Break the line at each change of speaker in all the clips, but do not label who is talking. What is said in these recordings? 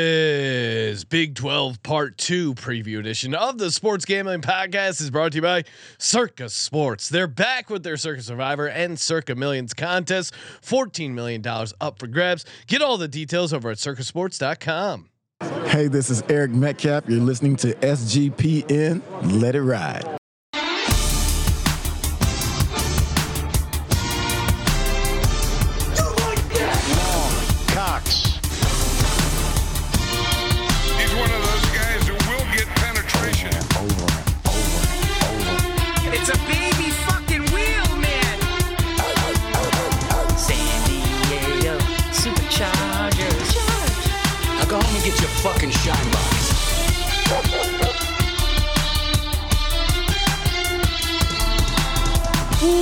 This Big 12 Part 2 preview edition of the Sports Gambling Podcast is brought to you by Circus Sports. They're back with their Circus Survivor and Circa Millions contest. $14 million up for grabs. Get all the details over at circusports.com.
Hey, this is Eric Metcalf. You're listening to SGPN. Let it ride.
Cox.
He's one of those guys who will get penetration.
It's a baby fucking wheel, man. San Diego Superchargers.
Now go home and get your fucking shine box.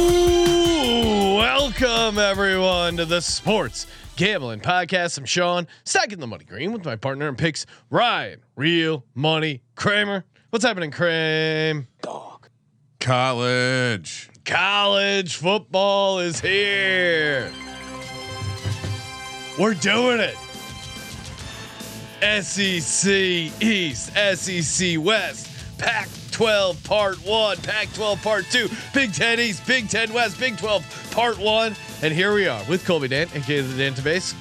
Ooh, welcome everyone to the Sports Gambling Podcast. I'm Sean, stacking the money green with my partner and picks Ryan, real money Kramer. What's happening, Kramer?
College.
College football is here. We're doing it. SEC E East, SEC West, Pac 12 Part 1, Pac 12 Part 2, Big 10 East, Big 10 West, Big 12 Part 1. And here we are with Colby Dan and Gator the Database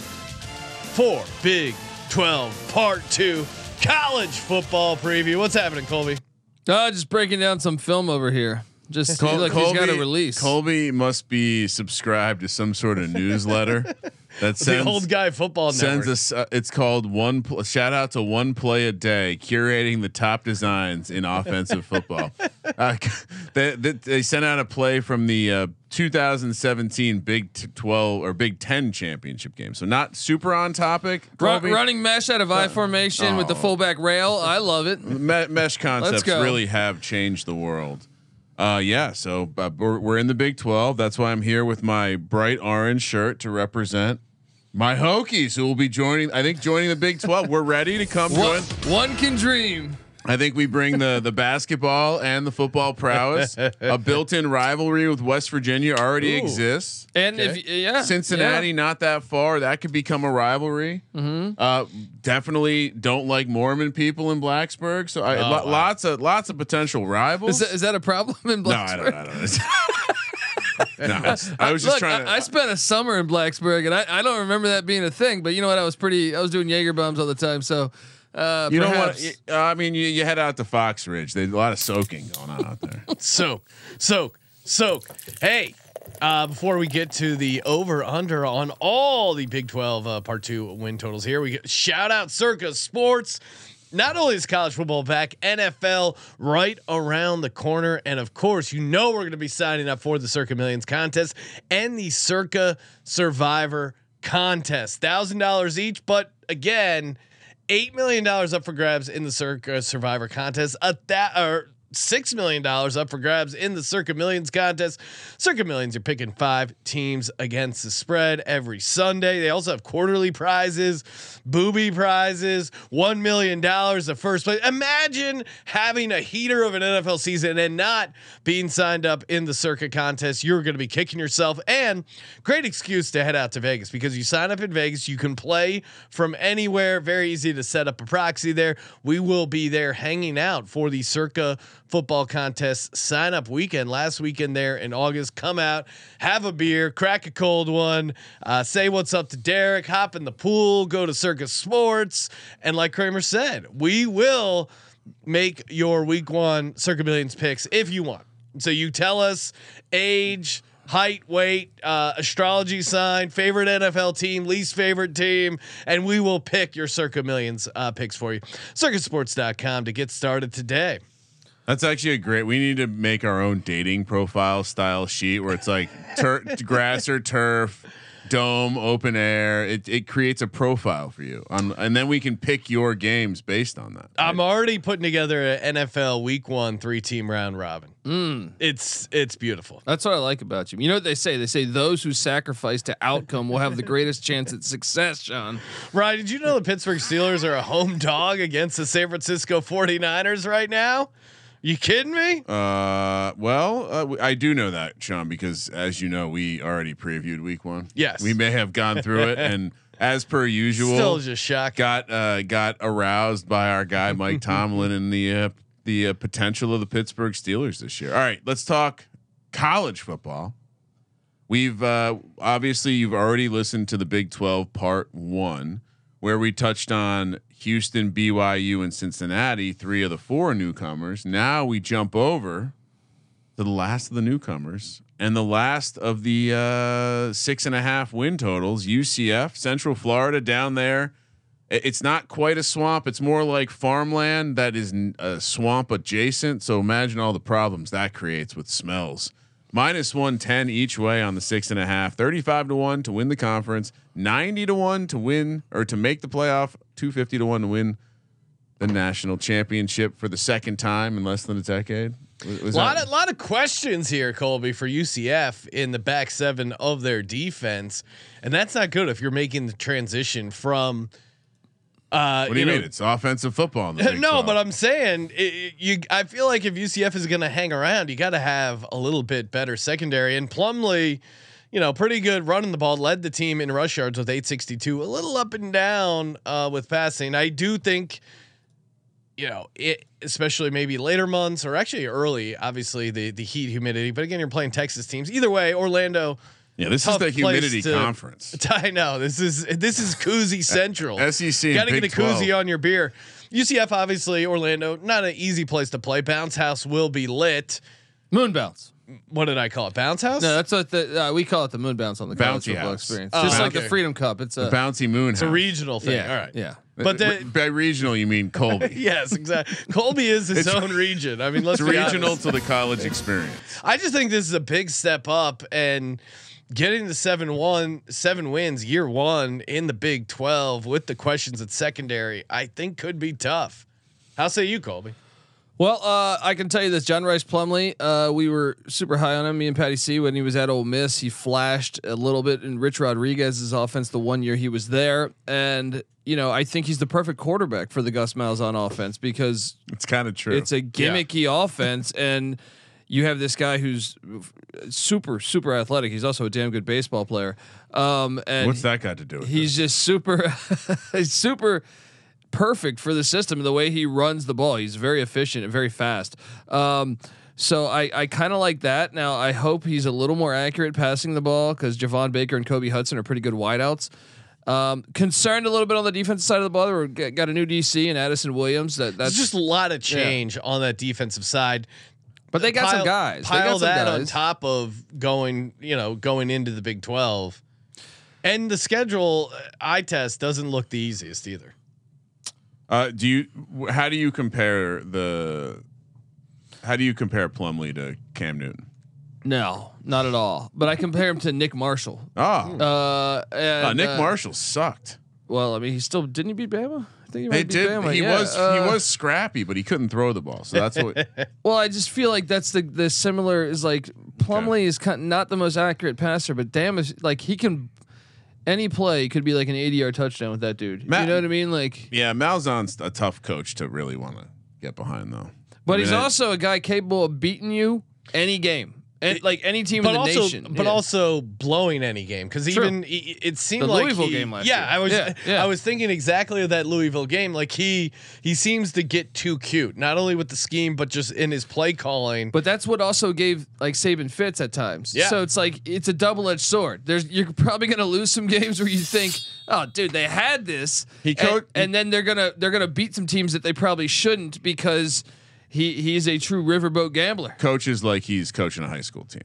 for Big 12 Part 2 college football preview. What's happening, Colby?
Uh, just breaking down some film over here. Just
Col-
like he's got a release.
Colby must be subscribed to some sort of newsletter that sends
the old guy football
sends
network.
us. uh, it's called one. Pl- shout out to one play a day, curating the top designs in offensive football. Uh, they, they, they sent out a play from the uh, 2017 Big T- 12 or Big Ten championship game. So not super on topic.
Ru-
Colby.
running mesh out of I formation with the
Oh. Mm-hmm.
fullback rail. I love it.
Me- mesh concepts
go.
really have changed the world. Uh, yeah, so uh, we're, we're in the Big 12. That's why I'm here with my bright orange shirt to represent my Hokies, who will be joining. I think joining the Big 12. We're ready to come
One,
join.
one can dream.
I think we bring the the basketball and the football prowess. A built-in rivalry with West Virginia already
Ooh.
exists.
And if yeah,
Cincinnati,
yeah. Mm-hmm.
not that far. That could become a rivalry. Uh, definitely don't like Mormon people in Blacksburg. So I, lo- lots of lots of potential rivals.
Is that, Oh, is that a problem in
no, I
Blacksburg?
don't. I don't. no, it's- I was just
Look,
trying to.
I, I spent a summer in Blacksburg, and I, I don't remember that being a thing. But you know what? I was pretty. I was doing Jaeger bombs all the time, so uh,
you don't
perhaps,
want. I mean, you, you head out to Fox Ridge. There's a lot of soaking going on out there.
soak, soak, soak. Hey, uh, before we get to the over under on all the Big 12 uh, part two win totals here, we get, shout out Circa Sports. Not only is college football back, NFL right around the corner. And of course, you know we're going to be signing up for the Circa Millions contest and the Circa Survivor contest. $1,000 each, but again, eight million dollars up for grabs in the Circa Survivor contest. A that or six million dollars up for grabs in the Circa Millions contest. Circa Millions, you're picking five teams against the spread every Sunday. They also have quarterly prizes, booby prizes, one million dollars the first place. Imagine having a heater of an NFL season and not being signed up in the Circa contest. You're going to be kicking yourself. And great excuse to head out to Vegas because you sign up in Vegas, you can play from anywhere. Very easy to set up a proxy there. We will be there hanging out for the Circa football contest sign up weekend last weekend there in August. Come out, have a beer, crack a cold one, uh, say what's up to Derek, hop in the pool, go to Circa Sports. And like Kramer said, we will make your week one Circa Millions picks if you want. So you tell us age, height, weight, uh, astrology sign, favorite NFL team, least favorite team, and we will pick your Circa Millions uh, picks for you. Circusports.com to get started today.
That's actually a great. We need to make our own dating profile style sheet where it's like tur- grass or turf, dome, open air. It it creates a profile for you, um, and then we can pick your games based on that.
I'm already putting together an NFL Week One three team round robin. It's it's beautiful.
That's what I like about you. You know what they say? They say those who sacrifice to outcome will have the greatest chance at success, John.
Ryan, did you know the Pittsburgh Steelers are a home dog against the San Francisco 49ers right now? You kidding me?
Uh, well, uh, w- I do know that, Sean, because as you know, we already previewed week one.
Yes.
we may have gone through it, and as per usual,
Still just shocked.
got uh, got aroused by our guy Mike Tomlin and the uh, the uh, potential of the Pittsburgh Steelers this year. All right, let's talk college football. We've uh, obviously you've already listened to the Big Twelve Part One, where we touched on Houston, BYU, and Cincinnati, three of the four newcomers. Now we jump over to the last of the newcomers and the last of the uh, six and a half win totals. UCF, Central Florida, down there. I- It's not quite a swamp. It's more like farmland that is n- a swamp adjacent. So imagine all the problems that creates with smells. Minus 110 each way on the six and a half, 35 to one to win the conference, 90 to one to win or to make the playoff, 250 to one to win the national championship for the second time in less than a decade. Was- was
A lot
that-
of, lot of questions here, Colby, for UCF in the back seven of their defense, and that's not good if you're making the transition from. Uh,
What do you,
know-
mean? It's offensive football. In the Big
no,
12.
but I'm saying i i- you. I feel like if UCF is going to hang around, you got to have a little bit better secondary. And Plumlee, you know, pretty good running the ball, led the team in rush yards with 862. A little up and down uh, with passing. I do think, you know, it, especially maybe later months or actually early. Obviously, the the heat, humidity. But again, you're playing Texas teams. Either way, Orlando.
yeah, this is
tough
the
place
humidity
to-
conference.
I know this is this is koozie central.
SEC and
Got to get a
Big
koozie
12.
on your beer. UCF obviously Orlando, not an easy place to play. Bounce house will be lit.
Moon bounce.
What did I call it? Bounce house.
No, that's what the, uh, we call it the moon bounce on the college
Bouncy
football
house. Uh,
experience.
Oh,
Just like
okay.
the Freedom Cup. It's a
Bouncy moon.
it's a regional thing.
yeah.
All right.
Yeah.
But the,
by regional, you mean Colby.
yes, exactly. Colby is his
It's-
own region. I mean, let's
It's
be
regional
honest.
to the college experience.
I just think this is a big step up and getting the seven one seven wins year one in the Big Twelve with the questions at secondary. I think could be tough. How say you, Colby?
Well, uh, I can tell you this: John Rice Plumley. Uh, we were super high on him. Me and Patty C. When he was at Ole Miss, he flashed a little bit in Rich Rodriguez's offense the one year he was there, and you know I think he's the perfect quarterback for the Gus Malzahn offense because
It's kind of true.
it's a gimmicky offense, and you have this guy who's super, super athletic. He's also a damn good baseball player. Um, and
What's that got to do with
He's just super, he's super perfect for the system. The way he runs the ball, he's very efficient and very fast. Um, so I, I kind of like that. Now I hope he's a little more accurate passing the ball because Javon Baker and Kobe Hudson are pretty good wideouts. Um, concerned a little bit on the defensive side of the ball. They were- g- got a new DC and Addison Williams. That that's
It's just a lot of change on that defensive side.
but they got some guys.
Pile
they got some
that
guys.
on top of going, you know, going into the Big Twelve, and the schedule uh, eye test doesn't look the easiest either.
Uh, do you? wh- How do you compare the? How do you compare Plumlee to Cam Newton?
No, not at all. But I compare him to Nick Marshall.
Oh,
Uh, and,
uh, Nick
uh,
Marshall sucked.
Well, I mean, he still didn't he beat Bama? I think he might
They
beat
did.
Bama.
he
yeah,
was
uh,
he was scrappy, but he couldn't throw the ball. So that's what.
Well, I just feel like that's the the similar is like Plumlee is kind not the most accurate passer, but damn, is like he can any play could be like an 80 yard touchdown with that dude.
Ma-
you know what I mean? Like,
yeah, Malzahn's a tough coach to really want to get behind though.
but
I
he's
mean, I-
also a guy capable of beating you any game, and like any team
But
in the
also,
nation.
but
Yeah.
also blowing any game because
True.
even he- it seemed
The
like
Louisville
he-
game last
yeah,
year.
I was
Yeah, yeah.
I was thinking exactly of that Louisville game. Like he he seems to get too cute, not only with the scheme but just in his play calling.
But that's what also gave like Saban fits at times.
Yeah.
So it's like it's a double edged sword. There's you're probably gonna lose some games where you think, oh, dude, they had this.
He
and,
coach-
and then they're gonna they're gonna beat some teams that they probably shouldn't because he he's a true riverboat gambler.
coaches like he's coaching a high school team.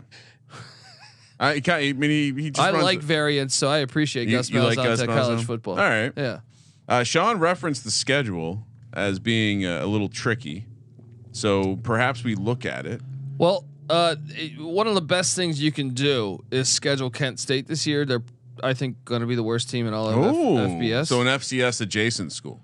I, he kind- I mean, he, he just
I
runs
like
it.
variance, so I appreciate
You-
Gus
you like
Malzahn
Gus
to college
Malzahn?
football.
All right.
Yeah.
Uh, Sean referenced the schedule as being uh, a, a little tricky, so perhaps we look at it.
Well, uh, it- one of the best things you can do is schedule Kent State this year. They're I think going to be the worst team in all of F- FBS.
so an FCS adjacent school.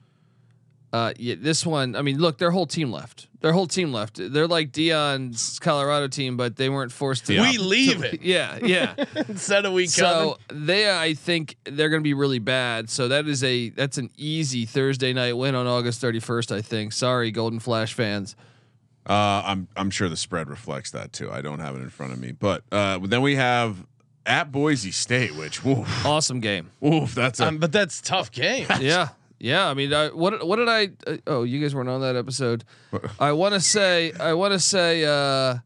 Uh, yeah, this one. I mean, look, their whole team left. Their whole team left. They're like Dion's Colorado team, but they weren't forced to.
Yeah.
we leave it
Yeah, yeah.
instead of we
so they, I think, they're going to be really bad. So that is a that's an easy Thursday night win on August thirty first. I think. Sorry, Golden Flash fans.
Uh, I'm I'm sure the spread reflects that too. I don't have it in front of me, but uh, then we have at Boise State, which woof,
Awesome game.
woof that's a
Um, but that's tough game.
Yeah. Yeah, I mean, I, what what did I? Uh, oh, you guys weren't on that episode. I want to say, I want to say, uh,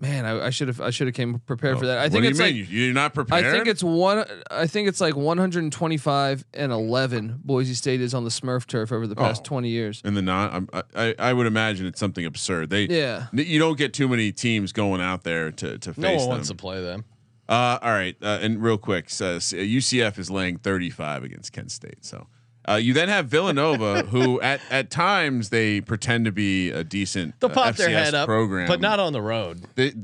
man, I should have, I should have came prepared for that. I
Oh, what
think
do you
it's
mean?
like,
You- You're not
I
prepared.
think it's one, I think it's like 125 and 11. Boise State is on the Smurf turf over the past
Oh.
20 years.
in the non. I'm- I, I I would imagine it's something absurd. They
Yeah.
n- You don't get too many teams going out there to to face
No one
them.
wants to play them.
Uh, all right, uh, and real quick, so, uh, UCF is laying 35 against Kent State. So uh, you then have Villanova, who at at times they pretend to be a decent
They'll
uh,
pop their
FCS
head up,
program,
but not on the road.
They,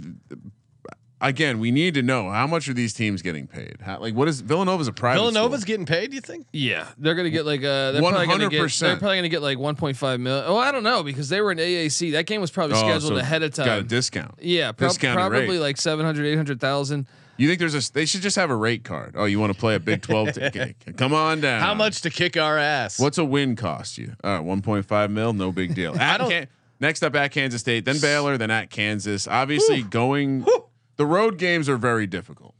again, we need to know how much are these teams getting paid? How, like, what is Villanova's a private?
Villanova's
school.
getting paid. You think?
Yeah, they're gonna get like uh, they're probably gonna get, they're
100%.
probably gonna get like 1.5 million. Oh, I don't know because they were in AAC. That game was probably
Oh,
scheduled
so
ahead of
Got a
time.
discount.
yeah, prob-
discounted
probably
rate.
like 700, 800,000.
You think there's a? They should just have a rate card. Oh, you want to play a Big Twelve? t- okay, Come on down.
How much to kick our ass?
What's a win cost you? All right, one point five mil, no big deal. At
don't-
Can- next up at Kansas State, then Baylor, then at Kansas. Obviously, going the road games are very difficult.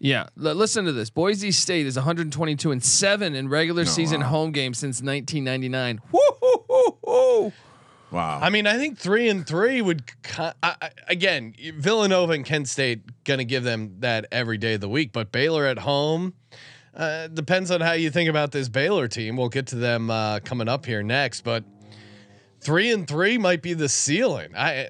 Yeah, L- listen to this. Boise State is 122 and seven in regular season
Oh, wow.
home games since 1999. Woo-hoo-hoo-hoo.
Wow.
I mean, I think three and three would ki- I, I, again Villanova and Kent State going to give them that every day of the week, but Baylor at home uh, depends on how you think about this Baylor team. We'll get to them uh, coming up here next, but three and three might be the ceiling. I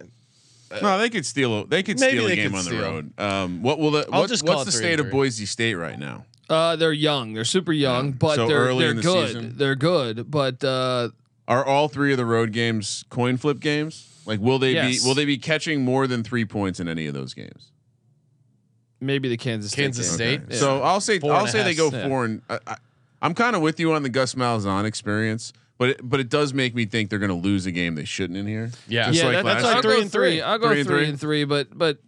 no, Uh, they could steal. A, they could
Maybe
steal a
they
game
could
on the
steal.
road. Um, what will the?
I'll
What,
just call
what's
it
the
three
state
and
of
three.
Boise State right now?
Uh, they're young. They're super young, but
So
they're
early
they're
in the
good.
season.
They're good, but uh,
Are all three of the road games coin flip games? Like, will they
Yes.
be? Will they be catching more than three points in any of those games?
maybe the Kansas State
Kansas
game.
State. Eight?
Okay. So I'll say
Four
I'll
and a
say they go
half,
yeah.
four and I, I, I'm kind of with you on the Gus Malzahn experience, but it, but it does make me think they're going to lose a game they shouldn't in here.
Yeah.
Just
yeah,
like
that-
last
that's
three
year.
I'll go
and three.
I'll go
Three
three,
and three.
and three, but but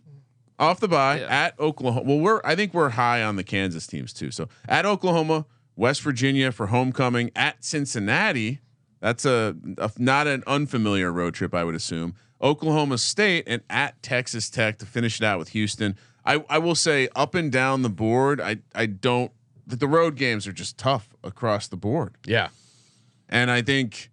off the bye
Yeah.
at Oklahoma. Well, we're I think we're high on the Kansas teams too. So at Oklahoma, West Virginia for homecoming at Cincinnati. That's a, a- not an unfamiliar road trip, I would assume. Oklahoma State and at Texas Tech to finish it out with Houston. I, I will say up and down the board. I I don't. The the road games are just tough across the board.
yeah,
And I think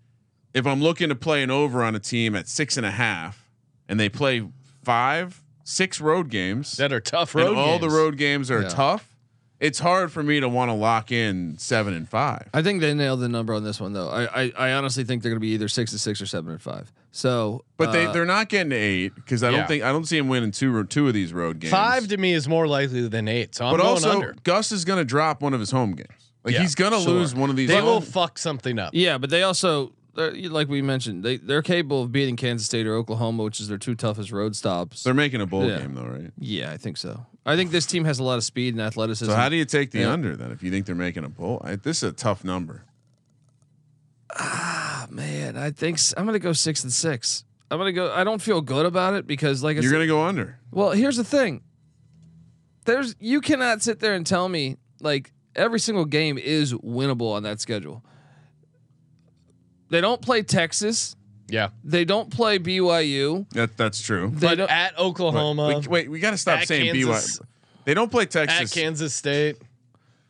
if I'm looking to play an over on a team at six and a half, and they play five, six road games,
that are tough road.
and all the
games.
road games are
Yeah.
tough. It's hard for me to want to lock in seven and five.
I think they nailed the number on this one though. I I, I honestly think they're going to be either six and six or seven and five. So,
But they
uh,
they're not getting to eight because I
Yeah.
don't think I don't see him winning two ro- two of these road games.
Five to me is more likely than eight, so I'm
but
going
also
under.
Gus is going to drop one of his home games. Like
Yeah,
he's going to
sure.
lose one of these.
They will
home-
fuck something up.
Yeah, but they also, they're, like we mentioned, they they're capable of beating Kansas State or Oklahoma, which is their two toughest road stops.
they're making a bowl
Yeah.
game though, right?
yeah, I think so. I think this team has a lot of speed and athleticism.
So how do you take the
Yeah.
under then if you think they're making a bowl? I, this is a tough number.
oh, man, I think s- I'm gonna go six and six. I'm gonna go. I don't feel good about it because, like, I
You're
said-
going to go under.
well, here's the thing. There's you cannot sit there and tell me like every single game is winnable on that schedule. They don't play Texas.
Yeah,
They don't play BYU.
That that's true.
They
but
don't,
at Oklahoma,
Wait, wait, we got to stop
at
saying
Kansas-
BYU. They don't play
at
Texas.
Kansas State.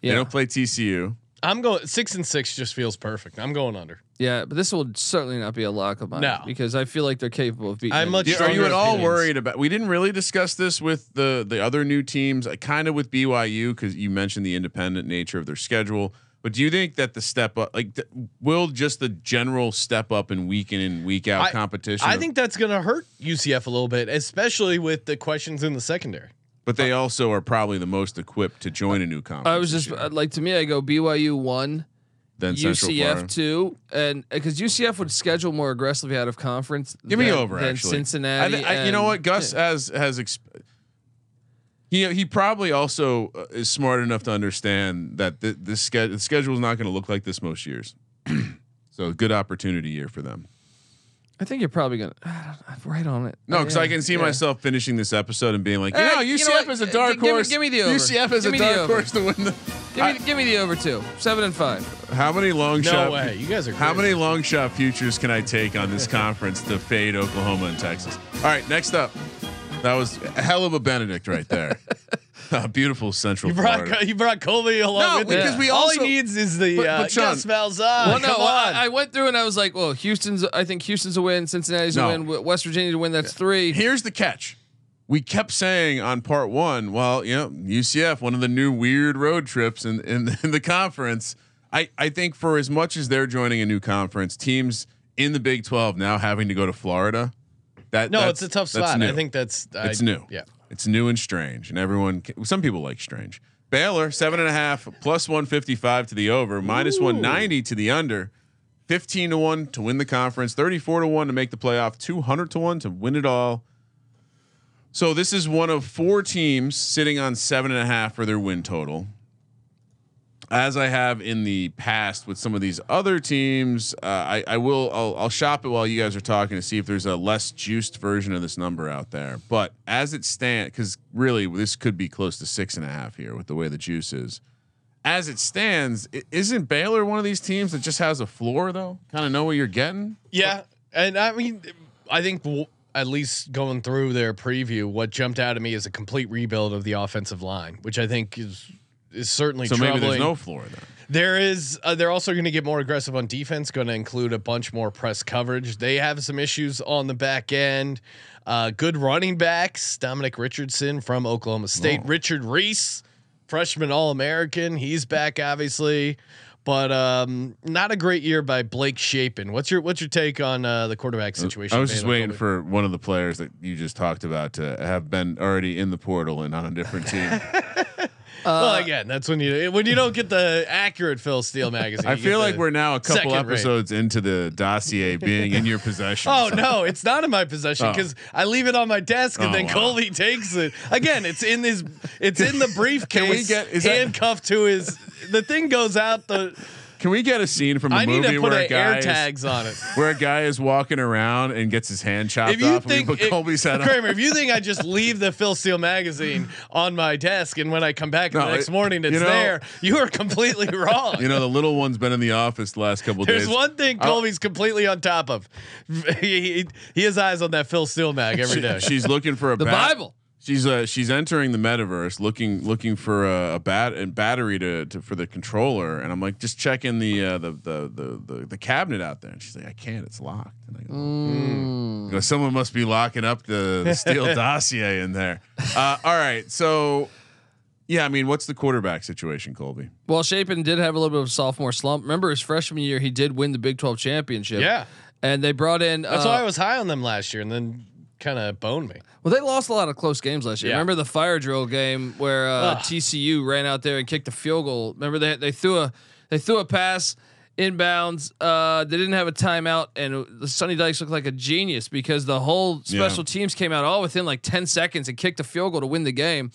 They
yeah.
don't play TCU.
I'm going six and six. Just feels perfect. I'm going under.
Yeah, but this will certainly not be a lock of mine
No.
because I feel like they're capable of beating.
I'm
any-
much-
Yeah, are you
stronger
at all
opinions.
worried about? We didn't really discuss this with the the other new teams, kind of with BYU because you mentioned the independent nature of their schedule. But do you think that the step up, like, th- will just the general step up in week in and week out
I-
competition?
I think that's going to hurt UCF a little bit, especially with the questions in the secondary.
but they also are probably the most equipped to join a new conference.
I was just
this year
uh, like to me, I go BYU one,
than Central Florida.
UCF two, and uh, because UCF would schedule more aggressively out of conference.
Give me
than-
over
than
actually.
Cincinnati.
I thi- I- you know
and-
what? Gus has has exp- he he probably also uh, is smart enough to understand that th- this schedule the schedule is not going to look like this most years. so good opportunity year for them.
I think you're probably gonna I'm right on it.
No,
Uh,
because
yeah,
I can see
yeah.
myself finishing this episode and being like, you
Hey,
know,
you know
UCF
what?
is a
Uh,
dark
gi- give me-
horse.
give me the over.
UCF is
Give
a
me the
dark
over.
horse to win the.
Give me, give me the over two, seven and five.
How many long
No
shot?
way. You guys are
How
crazy.
many long shot futures can I take on this conference to fade Oklahoma and Texas? All right, next up. That was a hell of a Benedict right there. beautiful Central
You brought
Florida.
you brought Colby along
No,
with
because
you.
we
all
also-
he needs is the
But-
uh,
but Sean-
Gus Malzahn.
Well, no,
Come
I,
on.
I went through and I was like, well, Houston's. I think Houston's a win. Cincinnati's
No.
a win. W- West Virginia to win. That's three.
Here's the catch. We kept saying on part one, well, you know, UCF, one of the new weird road trips in, in, in the conference. I, I think for as much as they're joining a new conference, teams in the Big 12 now having to go to Florida, that
no,
that's-
it's a tough
that's
spot. I
new.
think that's I-
it's new.
Yeah,
it's new and strange, and everyone. ca- Some people like strange. Baylor seven and a half plus one fifty five to the over, minus one ninety to the under, fifteen to one to win the conference, thirty four to one to make the playoff, two hundred to one to win it all. So this is one of four teams sitting on seven and a half for their win total. As I have in the past with some of these other teams, uh, I, I will I'll, I'll shop it while you guys are talking to see if there's a less juiced version of this number out there. But as it stands, because really this could be close to six and a half here with the way the juice is. As it stands, i- isn't Baylor one of these teams that just has a floor though? Kind of know what you're getting.
yeah, and I mean, I think w- at least going through their preview, what jumped out at me is a complete rebuild of the offensive line, which I think is is certainly
So maybe
troubling.
there's no floor then.
There is. Uh, they're also going to get more aggressive on defense. Going to include a bunch more press coverage. They have some issues on the back end. Uh, good running backs. Dominic Richardson from Oklahoma State.
Oh.
Richard Reese, freshman All American. He's back, obviously, but um, not a great year by Blake Shapen. What's your What's your take on uh, the quarterback situation?
I was just
Baylor,
waiting
Colby?
for one of the players that you just talked about to have been already in the portal and on a different team.
well, again, that's when you when you don't get the accurate Phil Steele magazine.
I
you
feel
get
like
the-
we're now a couple
second rate.
episodes into the dossier being in your possession.
Oh no, it's not in my possession
Oh.
because I leave it on my desk and
Oh,
then
wow.
Colby takes it. Again, it's in his, it's in the briefcase,
Can we get- is that-
handcuffed to his. The thing goes out the.
Can we get a scene from a
I need
movie
to put
where a
a
guy
air
is,
tags on it.
where a guy is walking around and gets his hand chopped
If you
off
think
and we put
if-
Colby's head on?
Kramer, if you think I just leave the Phil Steele magazine on my desk and when I come back
No,
the next
it-
morning it's
you know-
there, you are completely wrong.
You know, the little one's been in the office the last couple
There's
days.
one thing
I'll-
Colby's completely on top of. he, he, he has eyes on that Phil Steele mag every day.
She- she's looking for a
The
bat-
Bible.
She's uh, she's entering the metaverse, looking looking for a, a bat and battery to, to for the controller, and I'm like, just check in the, uh, the, the the the the cabinet out there, and she's like, I can't, it's locked. And I go,
Mm.
I go, someone must be locking up the, the steel dossier in there. Uh, all right, so yeah, I mean, what's the quarterback situation, Colby?
Well, Shapen did have a little bit of a sophomore slump. Remember his freshman year, he did win the Big Twelve championship.
Yeah.
and they brought in.
That's
uh,
why I was high on them last year and then kind of boned me.
Well, they lost a lot of close games last year.
Yeah.
Remember the fire drill game where uh, TCU ran out there and kicked a field goal. Remember they they threw a they threw a pass inbounds. Uh, they didn't have a timeout, and Sonny Dykes looked like a genius because the whole special teams came out all within like ten seconds and kicked a field goal to win the game.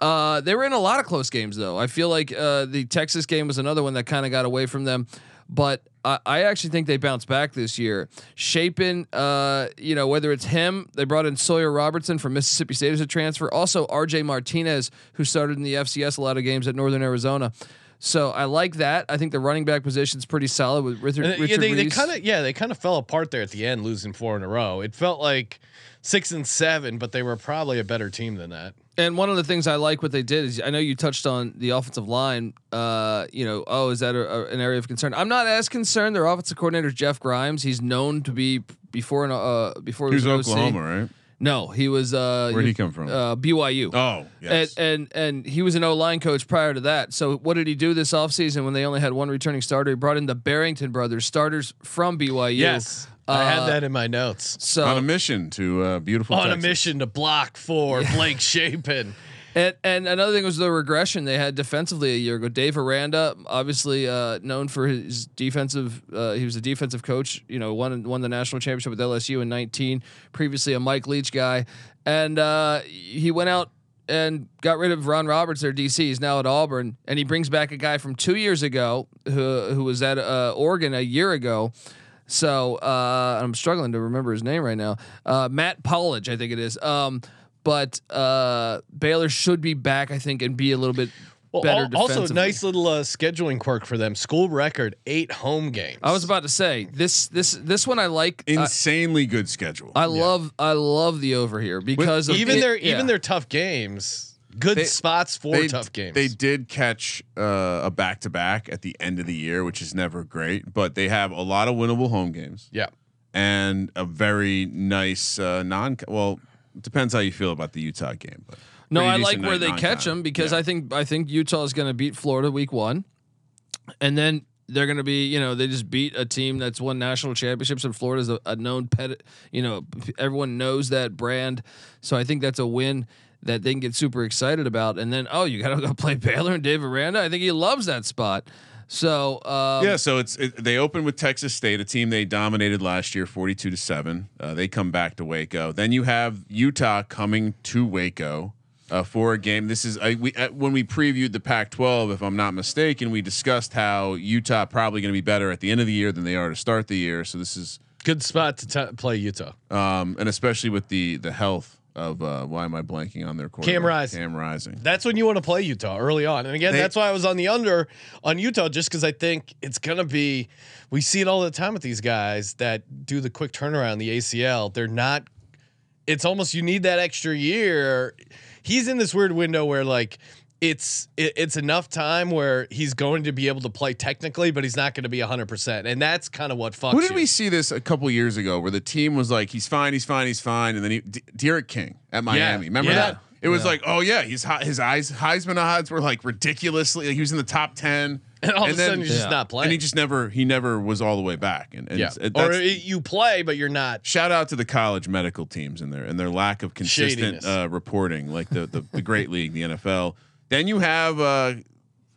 Uh, they were in a lot of close games though. I feel like uh, the Texas game was another one that kind of got away from them but I, I actually think they bounced back this year. Shapen, uh, you know, whether it's him, they brought in Sawyer Robertson from Mississippi State as a transfer. Also, RJ Martinez, who started in the FCS a lot of games at Northern Arizona. So I like that. I think the running back position is pretty solid with Richard.
And they-
Richard
they, they
Reese.
kind of yeah, they kind of fell apart there at the end, losing four in a row. It felt like six and seven, but they were probably a better team than that.
And one of the things I like what they did is I know you touched on the offensive line. Uh, you know, oh, is that a, a- an area of concern? I'm not as concerned. Their offensive coordinator is Jeff Grimes. He's known to be before an uh before he
Who's
was an OC.
Oklahoma, right?
No, he was. Uh,
Where'd he come from?
Uh, BYU.
Oh, yes.
And, and and he was an O line coach prior to that. So what did he do this offseason when they only had one returning starter? He brought in the Barrington brothers, starters from BYU.
Yes, I
Uh,
had that in my notes.
So
on a mission to uh, beautiful
On a
Texas.
mission to block for Blake Shapen.
And, and another thing was the regression they had defensively a year ago. Dave Aranda, obviously uh, known for his defensive, uh, he was a defensive coach. You know, won won the national championship with LSU in '19. Previously a Mike Leach guy, and uh, he went out and got rid of Ron Roberts, their DC. He's now at Auburn, and he brings back a guy from two years ago who who was at uh, Oregon a year ago. So uh, I'm struggling to remember his name right now. Uh, Matt Pollage, I think it is. Um, but uh, Baylor should be back, I think, and be a little bit
Well,
better.
al- also
defensively.
nice little uh, scheduling quirk for them. School record eight home games.
I was about to say this this this one I like. I,
insanely good schedule.
I love I love the over here because of
even
it-
their
yeah.
even their tough games. Good
They-
spots for
they,
tough games.
They did catch uh, a back to back at the end of the year, which is never great, but they have a lot of winnable home games
yeah.
and a very nice uh, non. Well, it depends how you feel about the Utah game, but
No,
pretty
I like
decent
where
night
they catch
non-con.
them because
Yeah.
I think I think Utah is going to beat Florida week one, and then they're going to be you know they just beat a team that's won national championships and Florida's a, a known pet you know p- everyone knows that brand, so I think that's a win that they can get super excited about. And then oh you got to go play Baylor and Dave Aranda. I think he loves that spot. So um,
yeah, so it's it, they open with Texas State, a team they dominated last year, forty-two to seven. Uh, they come back to Waco. Then you have Utah coming to Waco uh, for a game. This is I, we uh, when we previewed the Pac-12, if I'm not mistaken, we discussed how Utah probably going to be better at the end of the year than they are to start the year. So this is
Good spot to t- play Utah.
um, and especially with the the health of uh, why am I blanking on their quarterback?
Rising.
Cam Rising.
That's when you want to play Utah early on. And again,
They-
that's why I was on the under on Utah just because I think it's gonna be. We see it all the time with these guys that do the quick turnaround, the ACL. They're not. It's almost you need that extra year. He's in this weird window where like. It's it, it's enough time where he's going to be able to play technically, but he's not going to be hundred percent, and that's kind of what fucks.
Who did
you.
we see this a couple years ago where the team was like, he's fine, he's fine, he's fine, and then he, D- Derek King at Miami. Remember
Yeah.
that? It was like, oh yeah, his hi- his eyes Heisman odds were like ridiculously. Like he was in the top ten,
And all of a sudden, he's
Yeah.
just not playing.
and he just never he never was all the way back. And, and
yeah,
it's- it-
or
that's-
it- you play, but you're not.
shout out to the college medical teams and their and their lack of consistent
Shadiness.
uh, reporting, like the, the the great league, the NFL. Then you have, uh,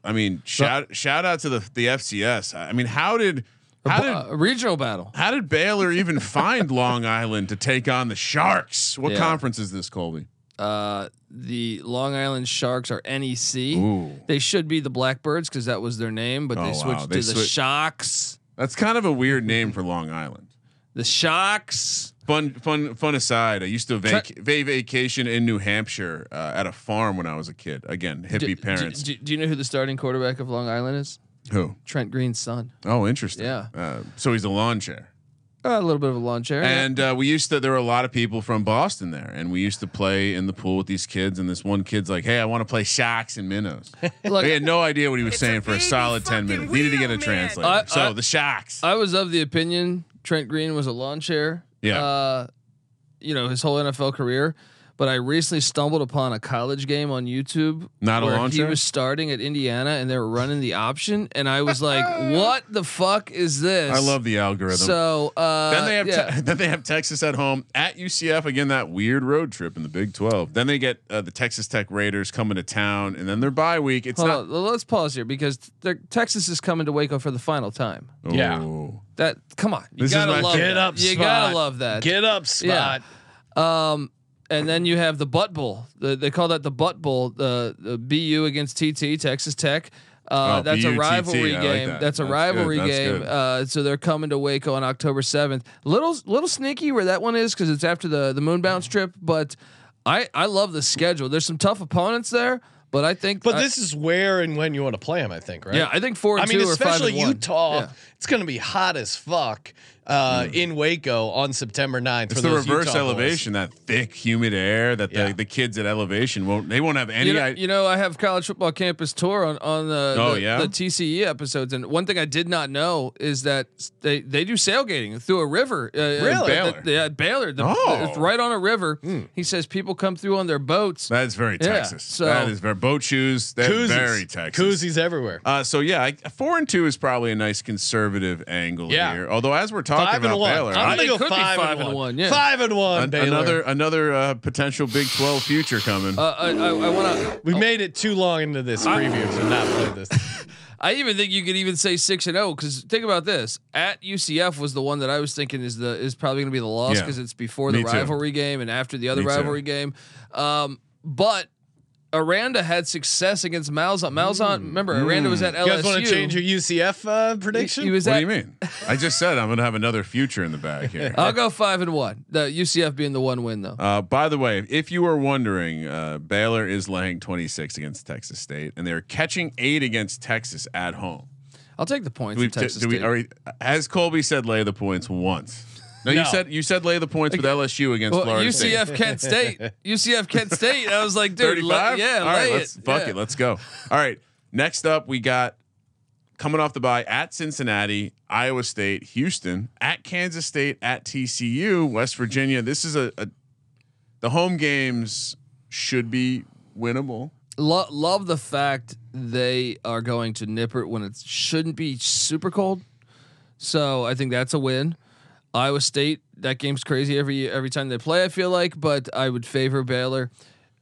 I mean, shout shout out to the the FCS. I mean, how did how did
a uh, regional battle.
how did Baylor even find Long Island to take on the Sharks? What
Yeah.
conference is this, Colby?
Uh, the Long Island Sharks are NEC.
Ooh.
They should be the Blackbirds because that was their name, but
Oh,
they
wow.
switched
They
to the
switch-
Shocks.
That's kind of a weird name for Long Island.
The Shocks.
Fun, fun, fun aside. I used to vac-
Tra-
va- vacation in New Hampshire uh, at a farm when I was a kid. Again, hippie
Do-
parents.
Do, do you know who the starting quarterback of Long Island is?
Who?
Trent Green's son.
Oh, interesting.
Yeah.
Uh, so he's a lawn chair.
Uh, a little bit of a lawn chair.
And uh, we used to, there were a lot of people from Boston there, and we used to play in the pool with these kids. And this one kid's like, Hey, I want to play shocks and minnows.
Look,
They had no idea what he was
It's
saying
a
for a
baby
solid 10
fucking
minutes. Needed to get a
wheel, man.
translator.
I-
so
I-
the shocks.
I was of the opinion Trent Green was a lawn chair.
Yeah.
Uh, you know his whole NFL career, but I recently stumbled upon a college game on YouTube.
Not a
where
lawn
he
chair?
was starting at Indiana, and they were running the option, and I was like, "What the fuck is this?"
I love the algorithm.
So uh,
then they have
yeah.
te- then they have Texas at home at UCF again. That weird road trip in the Big Twelve. Then they get uh, the Texas Tech Raiders coming to town, and then their bye week. It's
Hold
not.
on, l- let's pause here because they're- Texas is coming to Waco for the final time.
Yeah.
Oh.
That come on, you
This is
gotta
my
love
Get
that.
up,
you
spot.
gotta love that.
Get up, spot.
Um, and then you have the butt bowl. The, they call that the butt bowl. The, the BU against TT Texas Tech. Uh,
Oh,
that's a
BU, TT,
rivalry
I like
game.
that.
That's a
That's
rivalry
good, that's
game.
good.
Uh, so they're coming to Waco on October seventh. Little little sneaky where that one is because it's after the the moon bounce trip. But I I love the schedule. There's some tough opponents there, but I think.
But
I-
this is where and when you want to play them, I think, right?
Uh, yeah, I think four.
I
And
mean,
two or five
especially
and one.
Utah.
Yeah. Hmm.
It's going to be hot as fuck uh, in Waco on September 9th.
It's
for
the
those
reverse
Utah boys.
elevation. That thick, humid air that
Yeah.
the, the kids at elevation won't. They won't have any.
You know,
i-
you know, I have college football campus tour on on the
Oh,
the,
yeah?
the TCE episodes, and one thing I did not know is that they they do sailgating through a river. Uh, really,
Baylor?
yeah, Baylor. The,
Oh. Hmm.
it's right on a river. He says people come through on their boats.
that's very
Yeah,
Texas.
so-
that is very boat shoes. That's
Koozies.
very Texas.
Koozies everywhere.
Uh, so yeah, I, four and two is probably a nice conservative angle
Yeah.
here. Although as we're talking
Five
about
and one.
Baylor,
I'm
I-
gonna
They
go
could be
five, and one.
yeah.
Five and one.
an-
Baylor.
another another uh, potential Big Twelve future coming.
Uh, I, I, I want to.
Oh.
we made it too long into this preview to not play this.
I even think you could even say six and zero because think about this. At UCF was the one that I was thinking is the is probably going to be the loss
Yeah.
because it's before the
Me too.
rivalry game and after the other
Me too.
rivalry game. Um, but Aranda had success against Malzahn. Malzahn,
Mm.
remember Aranda was at LSU.
You guys want to change your UCF uh, prediction?
He was
What
at.
do you mean? I just said I'm going to have another future in the bag here.
I'll go five and one. The UCF being the one win though.
Uh, by the way, if you are wondering, uh, Baylor is laying 26 against Texas State, and they're catching eight against Texas at home.
I'll take the points.
Do we,
in Texas
do we
State.
are we- has Colby said lay the points once? No, you
No.
said you said lay the points with LSU against
Well,
Florida State.
UCF Kent State, UCF Kent State. I was like, dude,
35?
le- yeah,
All
lay
right,
it.
let's fuck
Yeah.
it. Let's go. All right. Next up, we got coming off the bye at Cincinnati, Iowa State, Houston, at Kansas State, at TCU, West Virginia. This is a, a the home games should be winnable.
Lo- love the fact they are going to Nippert when it shouldn't be super cold. So I think that's a win. Iowa State, that game's crazy every every time they play. I feel like, but I would favor Baylor.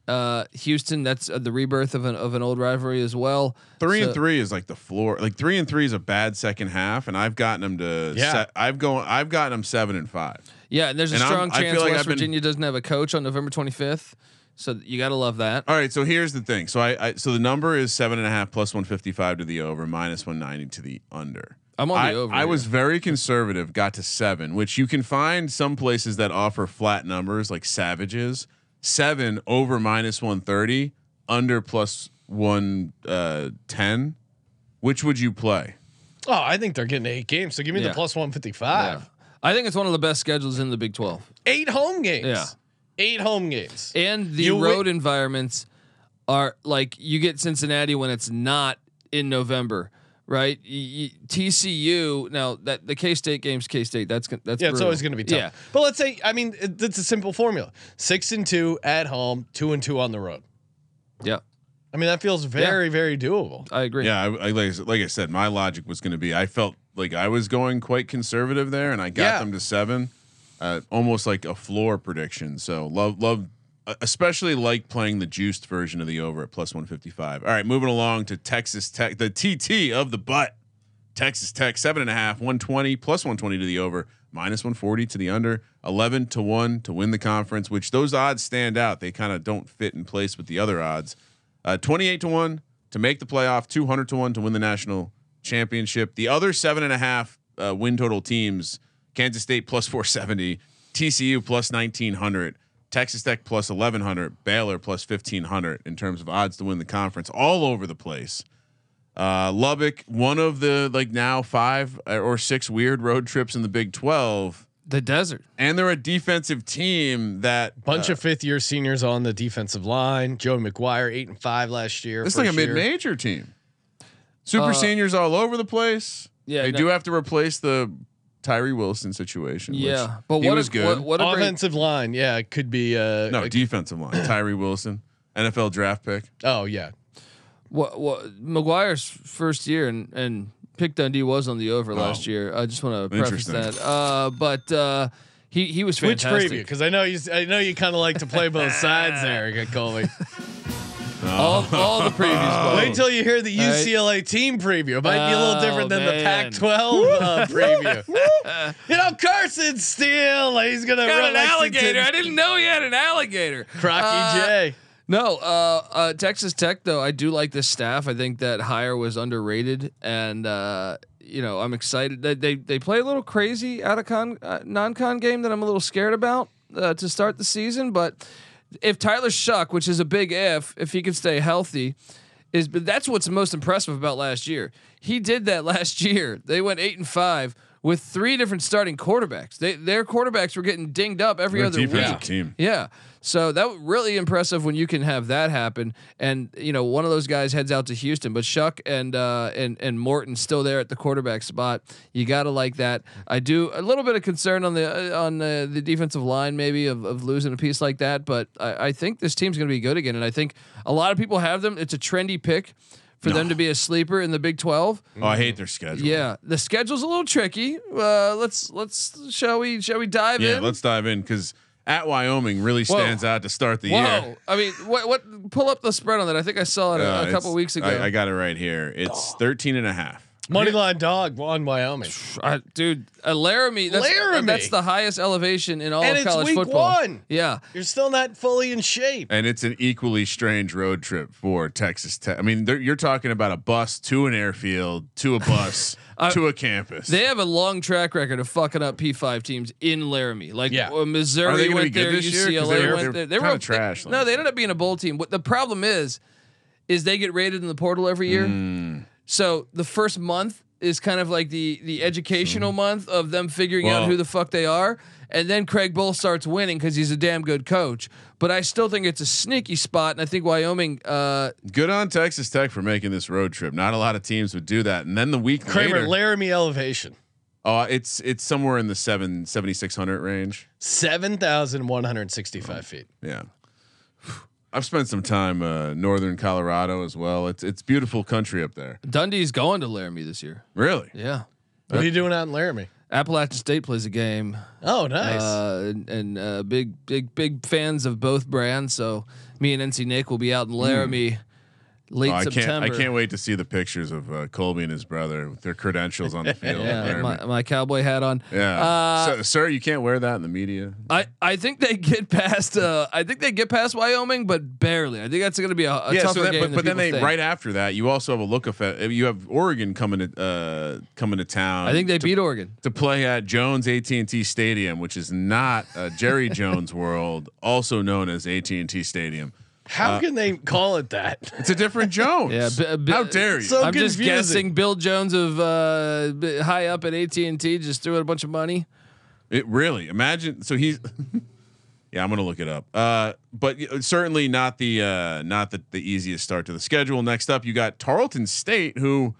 Uh, Houston, that's uh, the rebirth of an of an old rivalry as well.
Three and
So-
three is like the floor. Like three and three is a bad second half, and I've gotten them to.
Yeah.
se- I've gone. I've gotten them seven and five.
Yeah, and there's a
And I'm-
strong
I feel
chance
like
West
I've been-
Virginia doesn't have a coach on November 25th, so you got to love that.
All right, so here's the thing. So I, I so the number is seven and a half plus one fifty five to the over, minus one ninety to the under.
I'm on
I,
the over.
I
here.
was very conservative, got to seven, which you can find some places that offer flat numbers like Savages. Seven over minus one thirty, under plus one uh ten. Which would you play?
Oh, I think they're getting eight games. So give me
Yeah.
the plus one fifty
Yeah.
five.
I think it's one of the best schedules in the Big 12.
Eight home games.
Yeah.
Eight home games.
And the
You wi-
road environments are like you get Cincinnati when it's not in November, right? Y- y- TCU now that the K State game's K State. That's gon- that's
yeah, it's
brutal.
always going to be tough.
Yeah,
But let's say, I mean, it, it's a simple formula: six and two at home, two and two on the road.
yeah,
I mean, that feels very, very doable.
I agree.
Yeah, I, I like, like I said, my logic was going to be I felt like I was going quite conservative there, and I got
Yeah.
them to seven, uh, almost like a floor prediction. So love, love, uh, especially like playing the juiced version of the over at plus one fifty five. All right, moving along to Texas Tech, the TT of the butt, Texas Tech seven and a half, one twenty plus one twenty to the over, minus one forty to the under, eleven to one to win the conference. Which those odds stand out; they kind of don't fit in place with the other odds. Uh, 28 to 1 to make the playoff, 200 to 1 to win the national championship. The other seven and a half uh, win total teams Kansas State plus 470, TCU plus 1900, Texas Tech plus 1100, Baylor plus 1500 in terms of odds to win the conference, all over the place. Uh, Lubbock, one of the like now five uh, or six weird road trips in the Big 12.
The desert.
And they're a defensive team that
Bunch of fifth year seniors on the defensive line. Joey McGuire, eight and five last year.
uh, It's like a
first year.
mid-major team. Super
Uh,
seniors all over the place.
yeah,
they
no-
do have to replace the Tyree Wilson situation.
Yeah,
which
but
he
what
was
a,
good.
What, what a great,
Offensive line, yeah, it could be. Uh,
no,
a-
defensive line. Tyree Wilson, NFL draft pick.
oh yeah,
what, what McGuire's first year and and Pick Dundee was on the over last year. I just want to preface
Oh. Interesting.
that. Uh, but uh, he he was
which
fantastic.
preview? Because I know you. s- I know you kind of like to play both sides there, Colby.
all, all the previews. boys.
Wait till you hear the
Oh. right.
UCLA team preview. It might be a
Oh,
little different than the
man.
Pac-12 uh, preview. you know, Carson Steele. He's gonna
got
run
an alligator. I
Lexington.
didn't know he had an alligator.
Crocky
Uh,
J.
No, uh, uh, Texas Tech though. I do like this staff. I think that hire was underrated, and uh, you know I'm excited. They, they they play a little crazy out of con uh, non-con game that I'm a little scared about uh, to start the season. But if Tyler Shuck, which is a big if, if he can stay healthy, is but that's what's most impressive about last year. He did that last year. They went eight and five with three different starting quarterbacks. They, their quarterbacks were getting dinged up every
They're a
other week.
defensive team.
Yeah. So that was really impressive when you can have that happen. And you know, one of those guys heads out to Houston, but Shuck and uh, and and Morton still there at the quarterback spot. You gotta like that. I do a little bit of concern on the uh, on the, the defensive line maybe of, of losing a piece like that, but I, I think this team's gonna be good again. And I think a lot of people have them. It's a trendy pick for them to be a sleeper in the Big Twelve.
Oh, I hate their schedule.
Yeah, the schedule's a little tricky. Uh, let's let's shall we shall we dive
yeah.
in?
Let's dive in because at Wyoming really
Whoa.
stands out to start the year.
Whoa! I mean, what what? Pull up the spread on that. I think I saw it
Uh,
a- a,
it's-
couple weeks ago.
I, I got it right here. It's 13 and a half.
Moneyline dog on Wyoming.
I- dude, uh, Laramie. That's,
Laramie.
That's the highest elevation in all
And
of
it's
college
week
football.
one.
Yeah,
You're still not fully in shape.
And it's an equally strange road trip for Texas Tech. I mean, they're- you're talking about a bus to an airfield to a bus to a campus.
Uh, they have a long track record of fucking up P five teams in Laramie. Like
Yeah.
uh, Missouri
Are they gonna
went
be good
there,
this year? 'Cause
UCLA
they were-
went
they were
there. They were
kinda
they-
trash last
no, they
year.
ended up being a bowl team. What the
Hmm.
problem is, is they get rated in the portal every year. So the first month is kind of like the the educational month of them figuring out
Hmm. Well-
who the fuck they are. And then Craig Bull starts winning because he's a damn good coach. But I still think it's a sneaky spot, and I think Wyoming. Uh,
Good on Texas Tech for making this road trip. Not a lot of teams would do that. And then the week
Kramer
later,
Laramie elevation
uh, it's it's somewhere in the seven seventy six hundred range.
seven thousand one hundred sixty five feet.
Yeah. I've spent some time uh, northern Colorado as well. It's it's beautiful country up there.
Dundee's going to Laramie this year.
Really?
Yeah,
What are you doing out in Laramie?
Appalachian State plays a game.
Oh, nice.
Uh, and and uh, big, big, big fans of both brands. So me and NC Nick will be out in
Hmm.
Laramie late
Oh, I can't
September.
I can't wait to see the pictures of uh, Colby and his brother with their credentials on the field.
Yeah,
Laramie.
my, my cowboy hat on.
yeah.
Uh,
So- sir, you can't wear that in the media.
I, I think they get past uh I think they get past Wyoming, but barely. I think that's going to be a, a
yeah,
tougher
so that,
game.
but,
than
but then
people
they
think.
right after that, you also have a look of you have Oregon coming to uh, coming to town.
I think they
to,
beat Oregon.
to play at Jones AT&T Stadium, which is not uh, Jerry Jones World, also known as AT&T Stadium.
How
uh,
can they call it that?
It's a different Jones.
Yeah, b- b-
how dare you?
So
I'm just
confusing.
guessing. Bill Jones of uh, b- high up at AT and T just threw out a bunch of money.
It really imagine. So he's. yeah, I'm gonna look it up. Uh, but y- certainly not the uh, not the, the easiest start to the schedule. Next up, you got Tarleton State, who,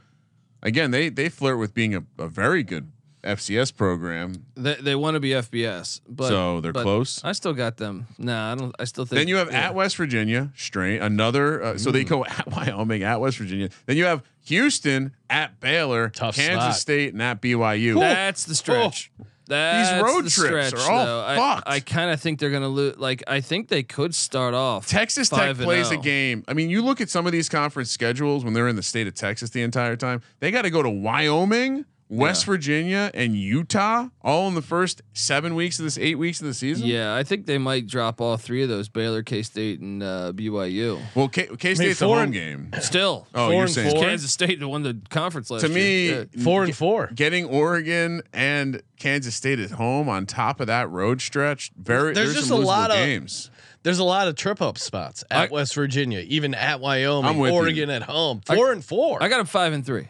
again, they they flirt with being a, a very good FCS program.
They, they want to be FBS, but
So they're
but
close?
I still got them. Nah, I don't. I still think.
Then you have
yeah.
at West Virginia, strain another. Uh, so they go at Wyoming, at West Virginia. Then you have Houston at Baylor,
Tough
Kansas
slot.
State, and at BYU.
That's the stretch. That's
Oh, road
the
trips
stretch,
are all
though.
fucked.
I, I kind of think they're gonna lose. Like I think they could start off.
Texas Tech
5 and
plays a
oh.
0.
game. I mean, you look at some of these conference schedules when they're in the state of Texas the entire time. They got to go to Wyoming, West Virginia, and Utah all in the first seven weeks of this eight weeks of the season.
Yeah, I think they might drop all three of those: Baylor, K State, and uh, BYU.
Well, K State's a
four
home
and-
game.
Still,
Oh,
Four
you're
and
saying
four.
Kansas State that won the conference last
to
year.
me
Yeah.
Four and four.
getting Oregon and Kansas State at home on top of that road stretch. Very
There's
there's,
just
some
a lot
losable
of-
games.
There's a lot of trip up spots at
I-
West Virginia, even at
I'm
Wyoming,
with you.
Oregon at home. Four and four.
I got them five and three.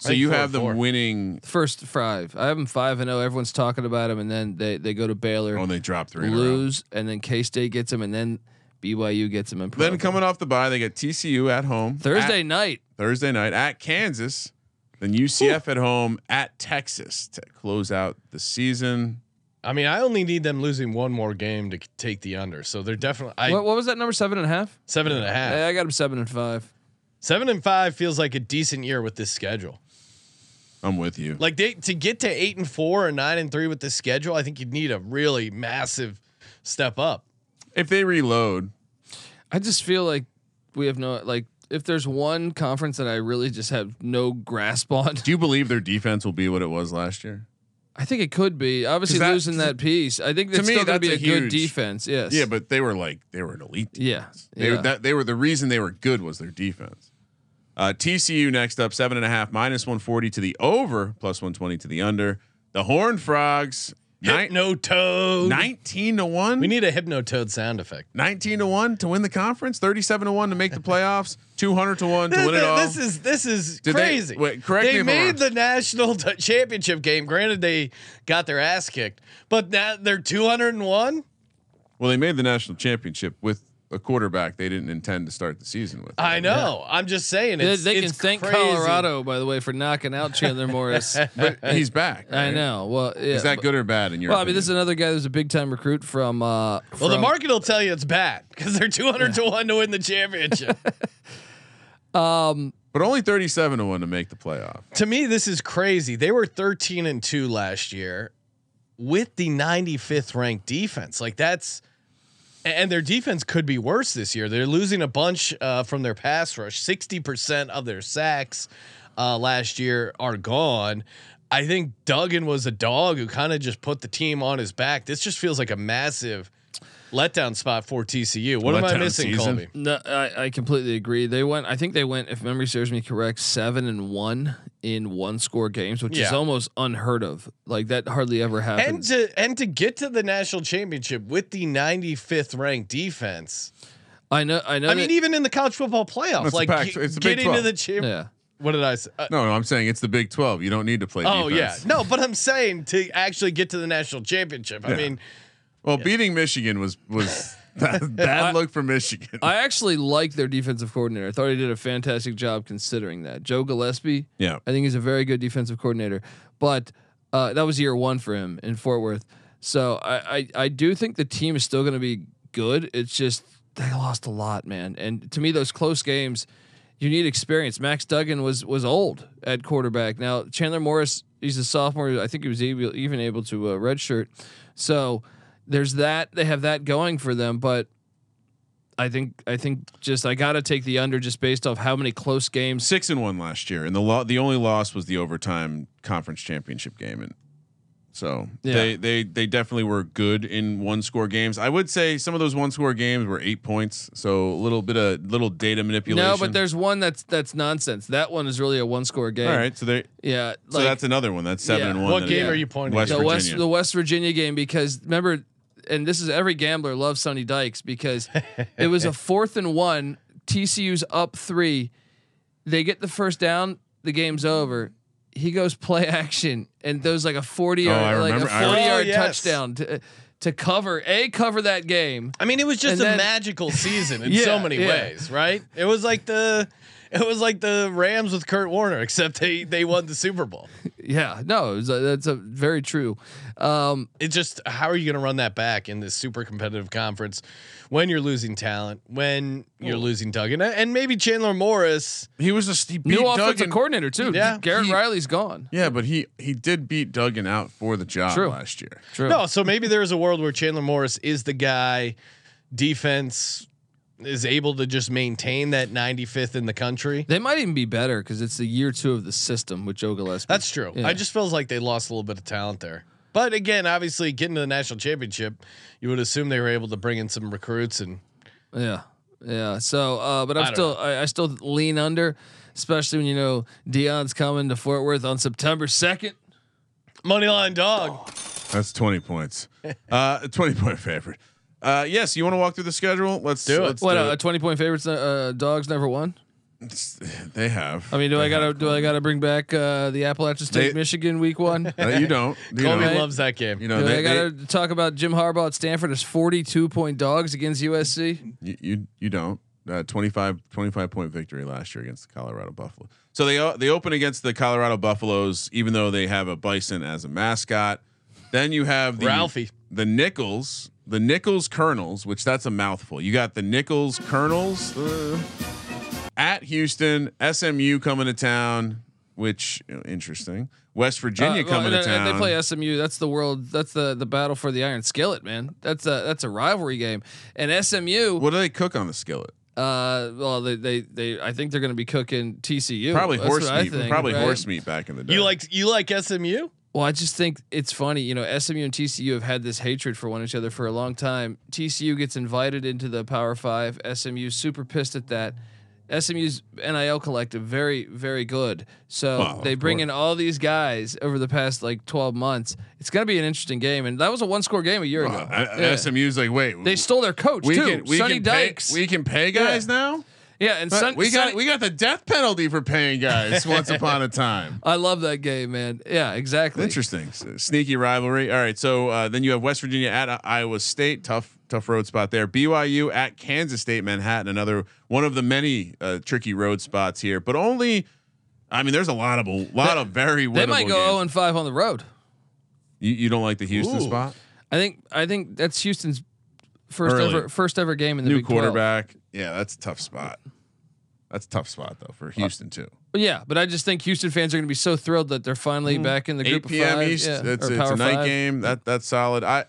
So you
four
have
and
them
four.
winning.
First five. I have them five and zero. Everyone's talking about them, and then they they go to Baylor,
Oh, and they drop three. in a row.
lose, and then K State gets them, and then BYU gets them. And
Then coming off the bye, they get TCU at home
Thursday
At-
night.
Thursday night at Kansas, then UCF at home at Texas to close out the season.
I mean, I only need them losing one more game to c- take the under. So they're definitely I,
what, what was that number? Seven and a half.
seven and a half.
I I got them seven and five.
Seven and five feels like a decent year with this schedule.
I'm with you.
Like they to get to eight and four or nine and three with this schedule, I think you'd need a really massive step up.
If they reload,
I just feel like we have no like if there's one conference that I really just have no grasp on,
do you believe their defense will be what it was last year?
I think it could be obviously
'Cause that-
losing that piece. I think
to
it's
me,
still going to be a,
that's a
good
huge-
defense. Yes.
Yeah, but they were like they were an elite. Team.
yeah,
They,
yeah.
that, they were the reason they were good was their defense. Uh, TCU next up seven and a half minus one forty to the over plus one twenty to the under. The Horned Frogs
Hypnotoad.
nine, nineteen to one.
We need a hypnotoad sound effect.
19 to 1 to win the conference, 37 to 1 to make the playoffs, 200 to 1 to win it all.
This is this is
Did they-
crazy.
wait, correct me
they
if I'm
made
wrong.
the national t- championship game. Granted, they got their ass kicked, but now they're two hundred and one.
well, they made the national championship with a quarterback they didn't intend to start the season with.
I know. I'm just saying.
They-
It's,
they can
it's
thank
crazy.
Colorado, by the way, for knocking out Chandler Morris.
But he's back.
I
right?
know. Well, yeah,
Is that
but-
good or bad in your
Well, I mean, this is
opinion?
another guy who's a big time recruit from. Uh,
Well, the
from-
market will tell you it's bad because they're two hundred to one to win the championship.
but only 37 to 1 to make the playoff.
to me, this is crazy. They were thirteen and two last year with the ninety fifth ranked defense. Like that's. And their defense could be worse this year. They're losing a bunch uh, from their pass rush. Sixty percent of their sacks uh, last year are gone. I think Duggan was a dog who kind of just put the team on his back. This just feels like a massive letdown spot for TCU. What am I
Letdown
missing,
season.
Colby?
No, I, I completely agree. They went. I think they went, if memory serves me correct, seven and one in one score games, which is
Yeah.
almost unheard of. Like that hardly ever
And
happens.
to and to get to the national championship with the 95th ranked defense.
I know. I know.
I
that-
mean, even in the college football playoffs,
That's
like
the Pac-
ge-
it's the Big
getting to
12.
the champ.
yeah.
What did I say? Uh,
No, no, I'm saying it's the Big 12. You don't need to play
oh
defense.
yeah, no, but I'm saying to actually get to the national championship. I
Yeah.
mean,
Well, beating Michigan was was bad, bad look for Michigan.
I actually like their defensive coordinator. I thought he did a fantastic job considering that. Joe Gillespie.
Yeah.
I think he's a very good defensive coordinator. But uh, that was year one for him in Fort Worth. So I I, I do think the team is still going to be good. It's just they lost a lot, man. And to me, those close games, you need experience. Max Duggan was was old at quarterback. Now Chandler Morris, he's a sophomore. I think he was able, even able to uh, redshirt. So there's that. They have that going for them, but. I think I think just I gotta take the under just based off how many close games
Six and one last year, and the lo- the only loss was the overtime conference championship game, and so
Yeah.
they they they definitely were good in one score games. I would say some of those one score games were eight points, so a little bit of little data manipulation.
No, but there's one that's that's nonsense. That one is really a one score game.
all right. So they
Yeah. Like,
so that's another one. That's seven
Yeah.
and one.
what
then
game
again.
are you pointing?
West
at?
the West
Virginia.
the West Virginia game because remember and this is every gambler loves Sonny Dykes because it was a fourth and one. TCU's up three. They get the first down, the game's over. He goes play action and those like a forty
Oh, I
yard like a
remember- I-
forty yard
Oh, yes.
touchdown to to cover a cover that game.
I mean, it was just
And
a
then-
magical season in
Yeah,
so many
yeah.
ways, right? It was like the it was like the Rams with Kurt Warner, except they they won the Super Bowl.
Yeah, no, it was a, that's a very true. Um,
It just how are you going to run that back in this super competitive conference when you're losing talent, when you're losing Duggan, and maybe Chandler Morris?
He was just he beat
new offensive
Duggan.
coordinator too.
Yeah.
Garrett
He-
Riley's gone.
Yeah, but he he did beat Duggan out for the job
True.
last year.
True.
No, so maybe there is a world where Chandler Morris is the guy. Defense is able to just maintain that 95th in the country.
They might even be better because it's the year two of the system with Joe Gillespie.
That's true.
Yeah.
I just feels like they lost a little bit of talent there. But again, obviously, getting to the national championship, you would assume they were able to bring in some recruits, and
yeah, yeah. So, uh, but
I
I'm
don't
still I, I still lean under, especially when you know Dion's coming to Fort Worth on September second.
moneyline dog.
That's twenty points. Uh, a twenty point favorite. Uh, yes, you want to walk through the schedule? Let's
Do it.
let's
What
do
uh, a
it.
twenty point favorites? Uh, dogs never won.
They have.
I mean, do I gotta do I gotta bring back uh, the Appalachian State
They-
Michigan week one?
Uh, you don't. You
Colby
don't.
loves that game.
You
You
know
Do
they,
I gotta talk about Jim Harbaugh at Stanford as forty two point dogs against USC.
they- you, you you don't. Uh, 25, 25 point victory last year against the Colorado Buffalo. So they o- they open against the Colorado Buffaloes, even though they have a bison as a mascot. Then you have the
Ralphie.
the Nichols, the Nichols Colonels, which that's a mouthful. You got the Nichols Colonels uh, at Houston, SMU coming to town, which you know, interesting. West Virginia
Uh, well,
coming
and-
to
and
town.
They play SMU. That's the world. That's the the battle for the iron skillet, man. That's a that's a rivalry game. And SMU,
what do they cook on the skillet?
uh, well, they they, they I think they're going to be cooking TCU.
Probably
That's
horse
what I
meat.
think,
probably
right?
horse meat back in the day.
like you like SMU?
Well, I just think it's funny. You know, SMU and TCU have had this hatred for one another for a long time. TCU gets invited into the Power Five. SMU super pissed at that. SMU's NIL collective very very good. So
Well,
they
of
bring
course.
in all these guys over the past like 12 months. It's going to be an interesting game and that was a one score game a year ago.
Wow, I-
Yeah.
SMU's like wait
They stole their coach
we
too.
can we
Sonny
can
Dykes.
pay, we can pay guys now.
yeah, and
But
Son,
we got
Sonny-
we got the death penalty for paying guys once upon a time.
I love that game, man. Yeah, exactly.
Interesting, S- sneaky rivalry. All right, so uh, then you have West Virginia at uh, Iowa State, tough, tough road spot there. BYU at Kansas State, Manhattan, another one of the many uh, tricky road spots here. But only, I mean, there's a lot of a lot of very winnable
They might go
games.
0 and 5 on the road.
you, you don't like the Houston
Ooh.
spot,
I think I think that's Houston's first
Early.
ever first ever game in the
new
Big 12.
quarterback. Yeah, that's a tough spot. That's a tough spot though for Houston too.
But yeah, but I just think Houston fans are going to be so thrilled that they're finally
Mm-hmm.
back in the group
8 p.m.
of five.
East.
yeah, or
It's, it's
Power
a night
Five.
game. That that's solid. I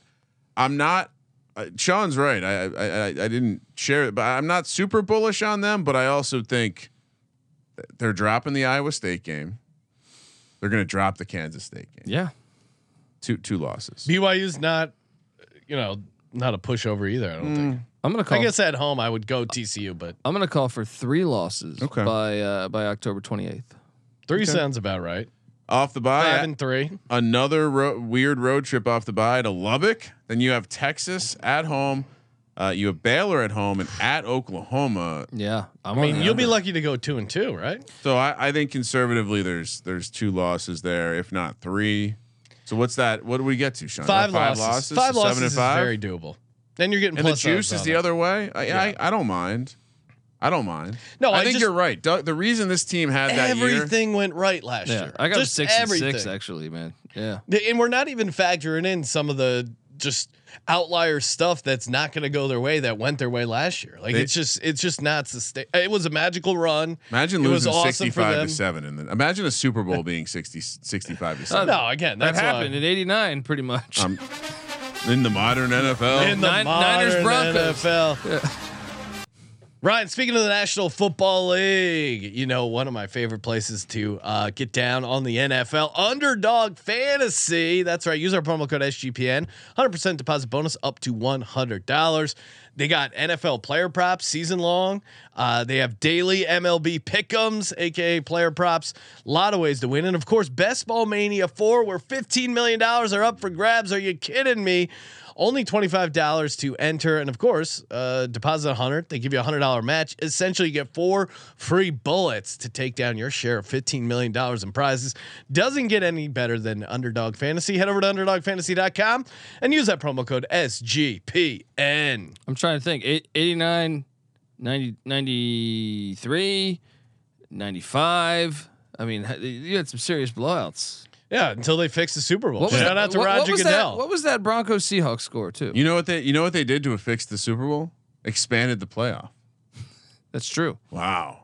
I'm not. Uh, Sean's right. I, I I I didn't share it, but I'm not super bullish on them. But I also think th- they're dropping the Iowa State game. They're going to drop the Kansas State game.
Yeah.
Two two losses.
BYU's not, you know, not a pushover either. I don't
Mm.
think.
I'm going to call
I guess at home I would go TCU, but
I'm going to call for 3 losses
Okay.
by uh, by October 28th.
three sounds about right.
Off the bye,
Five and three.
another ro- weird road trip off the bye to Lubbock. Then you have Texas at home. Uh, you have Baylor at home and at Oklahoma.
Yeah, I'm
I mean, you'll be lucky to go two and two, right?
So I, I think conservatively, there's there's two losses there, if not three. So what's that? What do we get to, Sean?
Five,
five
losses.
losses.
Five
so
losses
Seven and
is
five.
very doable. Then you're getting
and the
plus
juice
odds
is
on
the
it.
other way. I, I I don't mind. I don't mind.
No,
I,
I
think
just-
you're right. Doug, the reason this team had that year,
Everything went right last
Yeah,
year.
I got a
Just
six
everything.
and six actually, man. Yeah,
Th- And we're not even factoring in some of the just outlier stuff that's not going to go their way that went their way last year. Like
They-
it's just it's just not sustain. It was a magical run.
imagine
It was
losing
awesome for
65
them.
to 7 and then imagine a Super Bowl being 60 65 to 7.
No, again,
that
that's why-
happened in '89, pretty much.
Um, in the modern NFL.
in the
Nin- Niners
modern
Broncos.
NFL. Ryan, speaking of the National Football League, you know one of my favorite places to uh, get down on the NFL Underdog Fantasy. That's right. Use our promo code SGPN. 100% deposit bonus up to $100. They got NFL player props season long. Uh, they have daily MLB pickums, aka player props. A lot of ways to win, and of course, Best Ball Mania Four, where fifteen million dollars are up for grabs. Are you kidding me? Only $25 to enter. And of course, uh, deposit 100. They give you a $100 match. Essentially, you get four free bullets to take down your share of $15 million in prizes. Doesn't get any better than Underdog Fantasy. Head over to UnderdogFantasy.com and use that promo code SGPN.
I'm trying to think. Eight- 89, 90, 93, 95. I mean, h- you had some serious blowouts.
Yeah, until they fix the Super Bowl.
What was
Shout
that-
out to
what- what
Roger
was that-
Goodell.
what was that Broncos Seahawks score too?
You know what they you know what they did to fix the Super Bowl? Expanded the playoff.
That's true.
Wow.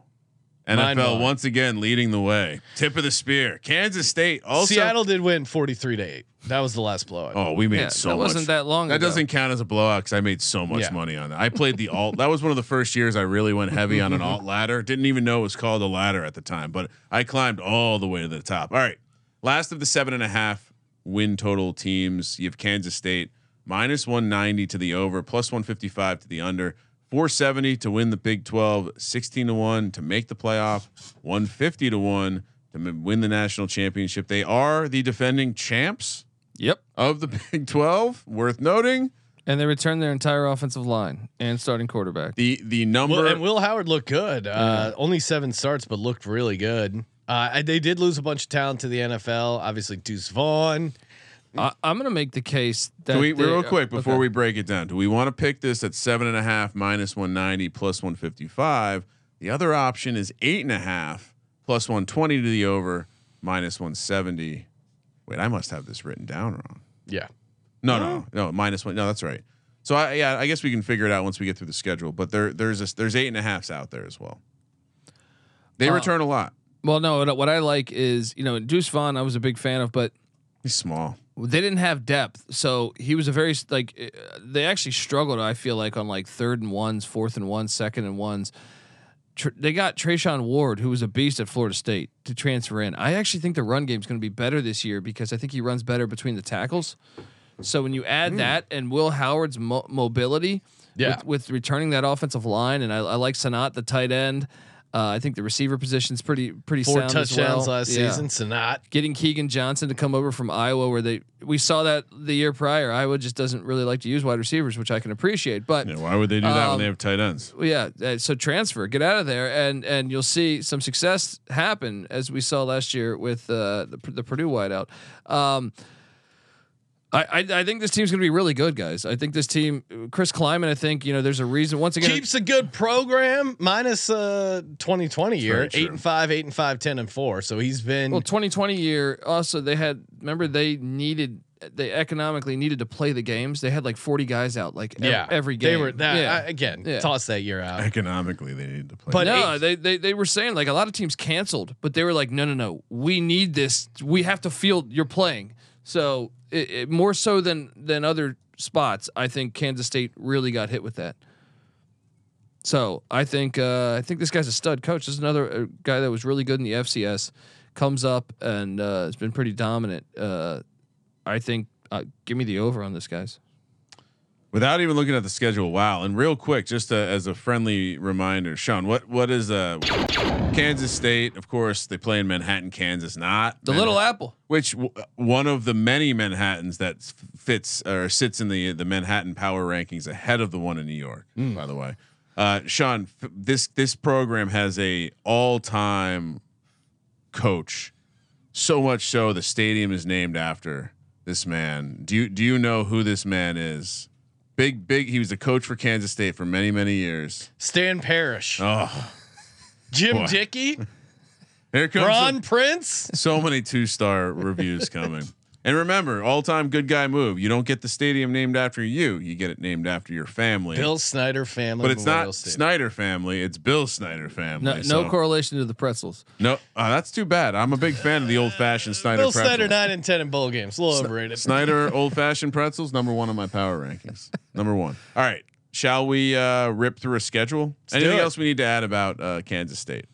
Mind
NFL
blown.
once again leading the way. Tip of the spear. Kansas State also
Seattle did win 43 to 8. That was the last blowout.
Oh, we made
Yeah,
so
that
much.
wasn't that long
That
ago.
doesn't count as a blowout because I made so much
Yeah.
money on that. I played the alt. that was one of the first years I really went heavy on an alt ladder. Didn't even know it was called a ladder at the time, but I climbed all the way to the top. All right, last of the seven and a half win total teams. You have Kansas State minus one ninety to the over, plus one fifty five to the under. 470 to win the Big 12, 16 to 1 to make the playoff, 150 to 1 to m- win the national championship. They are the defending champs
Yep.
of the Big 12. Worth noting
And they returned their entire offensive line and starting quarterback.
the the
Well,
number.
and Will Howard looked good. Uh, Only seven starts, but looked really good. Uh, and they did lose a bunch of talent to the NFL. Obviously, Deuce Vaughn.
I, I'm going to make the case that
do we
they-
real quick before
okay.
we break it down? Do we want to pick this at seven and a half minus one ninety plus one fifty five? The other option is eight and a half plus one twenty to the over minus one seventy. Wait, I must have this written down wrong.
Yeah,
No, no, no, minus one. No, that's right. So I, yeah, I guess we can figure it out once we get through the schedule. But there, there's a, there's eight and a halfs out there as well. They
Uh,
return a lot.
Well, no, what- what I like is, you know, Deuce Vaughn, I was a big fan of, but
He's small.
they didn't have depth. So he was a very s- like uh, they actually struggled. I feel like on like third and ones, fourth and ones, second and ones. Tr- they got Trayshawn Ward, who was a beast at Florida State, to transfer in. I actually think the run game's going to be better this year because I think he runs better between the tackles. So when you add that and Will Howard's mo- mobility,
Hmm. Yeah.
with, with returning that offensive line, and I, I like Sanat, the tight end. Uh, I think the receiver position's pretty pretty
four
sound as
touchdowns
well.
last
Yeah
season. Sanat.
getting Keegan Johnson to come over from Iowa, where they we saw that the year prior. Iowa just doesn't really like to use wide receivers, which I can appreciate. But
Yeah, why would they do that
Um,
when they have tight ends?
well, yeah, uh, so transfer, get out of there, and and you'll see some success happen as we saw last year with uh, the, the Purdue wideout. Um, I, I I think this team's going to be really good, guys. I think this team, Chris Kleiman. I think you know there's a reason. Once again,
Keeps a good program minus uh 2020 year
very true.
eight and five eight and five ten and four so he's been
Well, 2020 year also they had remember they needed they economically needed to play the games. They had like 40 guys out like ev-
yeah
every game.
they were that
yeah.
I- again
Yeah.
toss that year out
Economically, they need to play.
But-
no,
eight-
they, they they were saying like a lot of teams canceled, but they were like no no no, we need this. We have to field you're playing. So it, it, more so than than other spots, I think Kansas State really got hit with that. So I think uh, I think this guy's a stud coach. This is another uh, guy that was really good in the FCS, comes up and uh, has been pretty dominant. Uh, I think uh, give me the over on this, guys.
Without even looking at the schedule, wow! And real quick, just uh as a friendly reminder, Sean, what what is uh Kansas State? Of course, they play in Manhattan, Kansas, not
The Little
Manhattan-
Apple.
which w- one of the many Manhattans that f- fits or sits in the the Manhattan power rankings ahead of the one in New York. By the way, uh, Sean, f- this this program has a all time coach, so much so the stadium is named after this man. Do you do you know who this man is? Big big. He was a coach for Kansas State for many many years.
Stan Parrish,
Oh,
Jim
boy.
Dickey,
here comes the-
Ron Prince.
so many two star reviews coming. And remember, all time good guy move. You don't get the stadium named after you. You get it named after your family.
Bill Snyder family,
but it's
Memorial
not
Stadium.
Snyder family. It's Bill Snyder family.
No,
so-
no correlation to the pretzels.
No, uh, that's too bad. I'm a big fan of the old fashioned Snyder.
Bill
pretzel.
Snyder nine and ten in bowl games. A little overrated.
Snyder old fashioned pretzels number one on my power rankings. Number one. All right. Shall we uh, rip through a schedule?
do
Anything
it.
else we need to add about uh, Kansas State?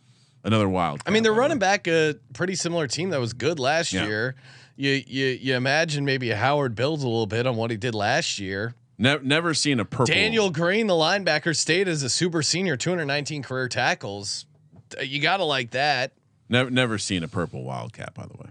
Another wild.
I mean, they're running back a pretty similar team that was good last
Yeah.
year. You, you you imagine maybe Howard builds a little bit on what he did last year.
Ne- never seen a purple.
Daniel Green, the linebacker, stayed as a super senior, 219 career tackles. Uh, You gotta like that.
Never, never seen a purple wildcat, by the way.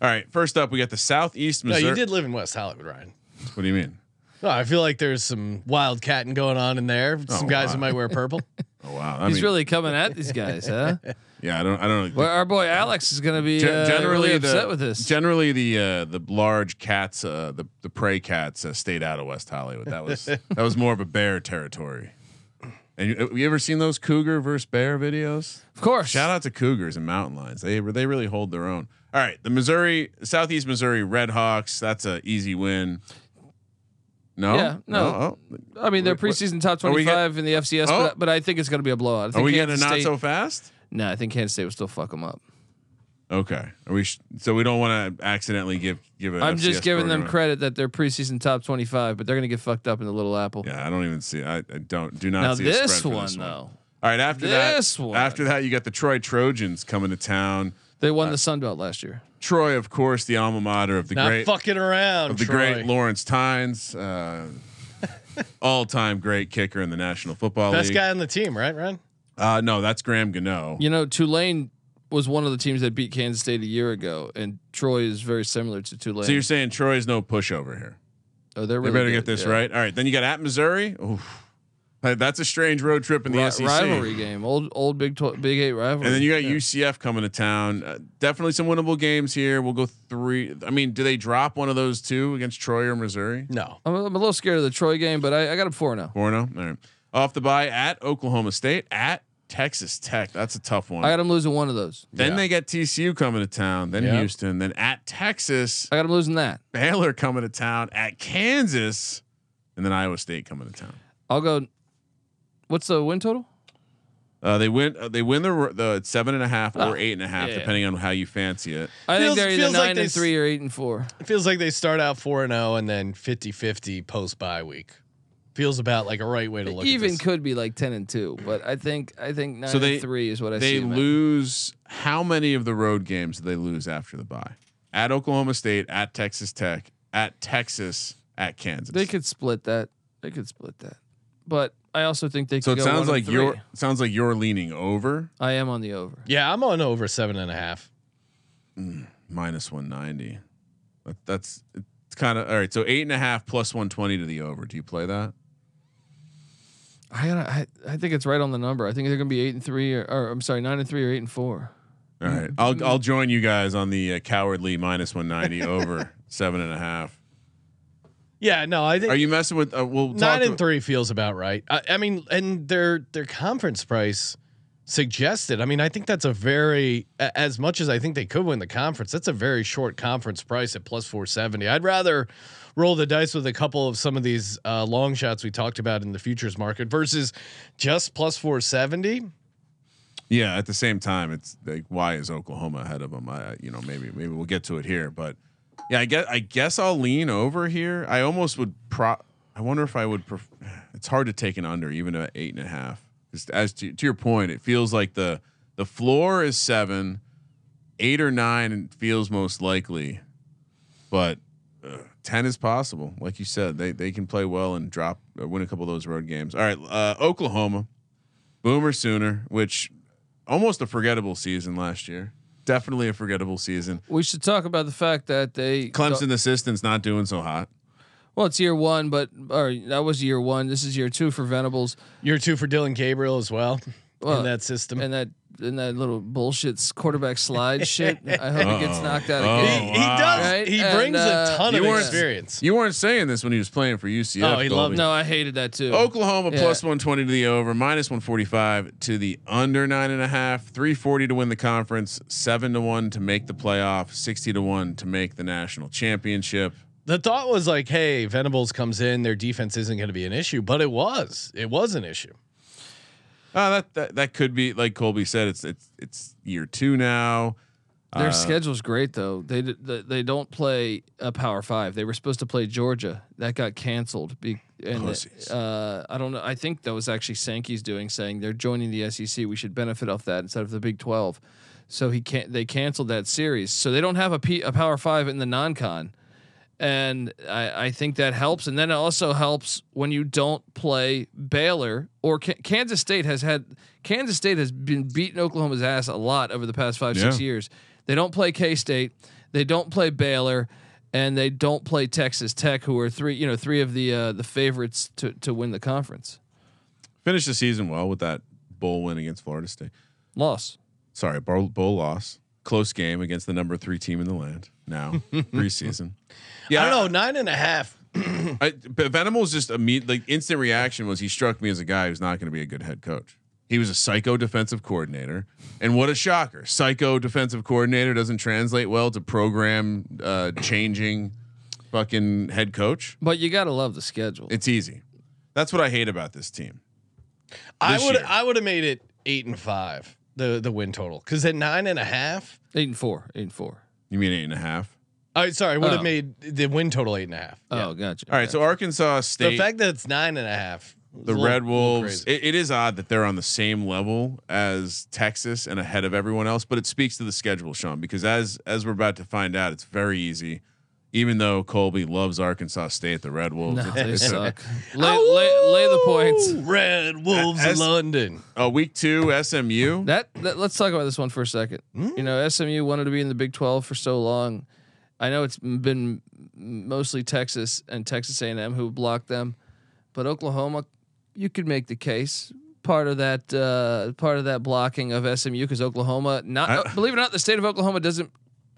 All right, first up, we got the Southeast
No,
Missouri.
you did live in West Hollywood, Ryan.
What do you mean?
No, I feel like there's some wildcatting going on in there. Some
Oh,
guys
wow.
who might wear purple.
Oh wow, I
He's
mean,
really coming at these guys, huh?
yeah. I don't, I don't.
Well, our boy Alex is going to be
Gen-
uh, really upset
the
with this.
generally the uh, the large cats, uh, the the prey cats, uh, stayed out of West Hollywood. That was that was more of a bear territory. And you, you ever seen those cougar versus bear videos?
of course.
Shout out to Cougars and Mountain Lions. They they really hold their own. All right, the Missouri Southeast Missouri Redhawks. That's a easy win. No,
Yeah, no.
Oh,
I mean, they're
Wait, what-
preseason top
Are we get-
25 in the FCS,
Oh.
but, but I think it's going to be a blowout. I
Are
think
we getting
Kansas
a not
State,
so fast?
No, I think Kansas State will still fuck them up.
Okay. Are we? Sh- so we don't want to accidentally give give. an
I'm just
FCS
giving them
program
credit that they're preseason top 25, but they're going to get fucked up in the Little Apple.
a- Yeah, I don't even see. I, I don't do not.
now
see a
this
spread for
one,
this one
though,
All right. After
This
that,
one.
after that, you got the Troy Trojans coming to town.
they won the Sun Belt last year.
Troy, of course, the alma mater of the
Not
great
fucking around.
of the
Troy.
great Lawrence Tynes, uh, all time great kicker in the National Football
Best
League.
guy on the team, right, Ryan?
Uh, no, that's Graham Gano.
You know, Tulane was one of the teams that beat Kansas State a year ago, and Troy is very similar to Tulane.
So you're saying Troy's no pushover here?
oh, they're
They
really
better
good,
get this
yeah.
right. All right. Then you got at Missouri. Oof. Hey, That's a strange road trip in the
Ri-
SEC.
rivalry game, old old Big Tw- Big Eight rivalry.
And then you got UCF coming to town. Uh, definitely some winnable games here. We'll go three. I mean, do they drop one of those two against Troy or Missouri?
No.
I'm, I'm a little scared of the Troy game, but I, I got him four oh. now.
Borno. oh? All right. Off the bye at Oklahoma State, at Texas Tech. That's a tough one.
I got him losing one of those.
then
Yeah.
they get TCU coming to town, then
Yeah.
Houston, then at Texas,
I got him losing that.
Baylor coming to town, at Kansas, and then Iowa State coming to town.
I'll go. What's the win total?
Uh, they win. Uh, they win the the it's seven and a half
Oh,
or eight and a half,
yeah, yeah.
depending on how you fancy it.
I
Feels-
think they're either
feels like
nine
they
and
s-
three or eight and four.
It feels like they start out 4 and 0 and then 50-50 post bye week. Feels about like a right way to look
Even
at this.
could be like ten and two, but I think I think nine
So they-
and three is what I see.
they
them at.
lose how many of the road games do they lose after the bye? At Oklahoma State, at Texas Tech, at Texas, at Kansas.
They could split that. They could split that. But I also think they.
so
could
it
go
sounds
one
like
and three.
you're sounds like you're leaning over
I am on the over.
Yeah, I'm on over seven and a half.
minus one ninety. That's it's kind of all right. So eight and a half plus one twenty to the over. Do you play that?
I, gotta, I I think it's right on the number. I think they're gonna be eight and three, or, or I'm sorry, nine and three or eight and four.
All
Mm-hmm.
right, I'll I'll join you guys on the uh, cowardly minus one ninety over seven and a half.
Yeah, no, I think
Are you messing with? Uh, we'll
nine
talk
and three feels about right. I, I mean, and their their conference price suggested. I mean, I think that's a very a- as much as I think they could win the conference. That's a very short conference price at plus four seventy. I'd rather roll the dice with a couple of some of these uh, long shots we talked about in the futures market versus just plus four seventy.
Yeah, at the same time, it's like why is Oklahoma ahead of them? I you know maybe maybe we'll get to it here, but yeah, I guess I guess I'll lean over here. I almost would pro. I wonder if I would. Pref- it's hard to take an under even at eight and a half. Just as to, to your point, it feels like the the floor is seven, eight or nine, and feels most likely, but. uh, ten is possible. Like you said, they they can play well and drop uh, win a couple of those road games. All right, uh, Oklahoma, Boomer Sooner, which almost a forgettable season last year. Definitely a forgettable season.
We should talk about the fact that they
Clemson assistant's not doing so hot.
Well, it's year one, but or that was year one. This is year two for Venables
Year two for Dylan Gabriel as well.
Well,
in that system.
and that and that little bullshit s- quarterback slide shit. I hope he gets
Uh-oh.
knocked out
Oh,
he,
again.
he
wow.
does.
Right?
He
And,
brings
uh,
a ton
you
of
weren't-
experience.
You weren't saying this when he was playing for UCF.
Oh, he
Colby.
loved it.
No, I hated that too.
Oklahoma
Yeah.
plus 120 to the over, minus 145 to the under nine and a half, 340 to win the conference, seven to one to make the playoff, 60 to one to make the national championship.
The thought was like, hey, Venables comes in, their defense isn't going to be an issue, but it was. It was an issue.
Uh, that, that that could be like Colby said. It's it's it's year two now.
Their
Uh.
schedule's great though. They d- th- they don't play a Power Five. They were supposed to play Georgia. That got canceled. Be- and
Pussies.
uh, I don't know. I think that was actually Sankey's doing, saying they're joining the SEC. We should benefit off that instead of the Big Twelve. So he can't. They canceled that series. So they don't have a, P- a Power Five in the non-con, and I, I think that helps. And then it also helps when you don't play Baylor or K- Kansas State has had Kansas State has been beating Oklahoma's ass a lot over the past five six
Yeah.
years. They don't play K State. They don't play Baylor. And they don't play Texas Tech, who are three, you know, three of the uh, the favorites to to win the conference.
Finish the season well with that bowl win against Florida State.
Loss.
Sorry, bowl, bowl loss, close game against the number three team in the land. Now preseason. Yeah,
I don't know, nine and a half.
I, but Venables just immediate like instant reaction was he struck me as a guy who's not going to be a good head coach. He was a psycho defensive coordinator, and what a shocker! Psycho defensive coordinator doesn't translate well to program uh, changing fucking head coach.
But you gotta love the schedule.
It's easy. That's what I hate about this team. This
I would
year.
I would have made it eight and five, the the win total. Because at nine and a half,
Eight and four. Eight and four.
You mean eight and a half?
I sorry, would have
Oh.
made the win total eight and a half. Yeah.
Oh, gotcha.
All right, so Arkansas State,
the fact that it's nine and a half. is a
the
little-
Red
little
Wolves.
crazy.
It, it is odd that they're on the same level as Texas and ahead of everyone else, but it speaks to the schedule, Sean, because as as we're about to find out, it's very easy. Even though Colby loves Arkansas State, the Red Wolves.
No,
it's-
they
it's a-
suck. lay, lay, lay the points.
Ooh, Red Wolves
As-
of London.
a week two SMU.
That, that let's talk about this one for a second.
Hmm?
You know, SMU wanted to be in the Big Twelve for so long. I know it's m- been mostly Texas and Texas A&M who blocked them, but Oklahoma, you could make the case part of that uh, part of that blocking of SMU because Oklahoma, not
I-
uh, believe it or not, the state of Oklahoma doesn't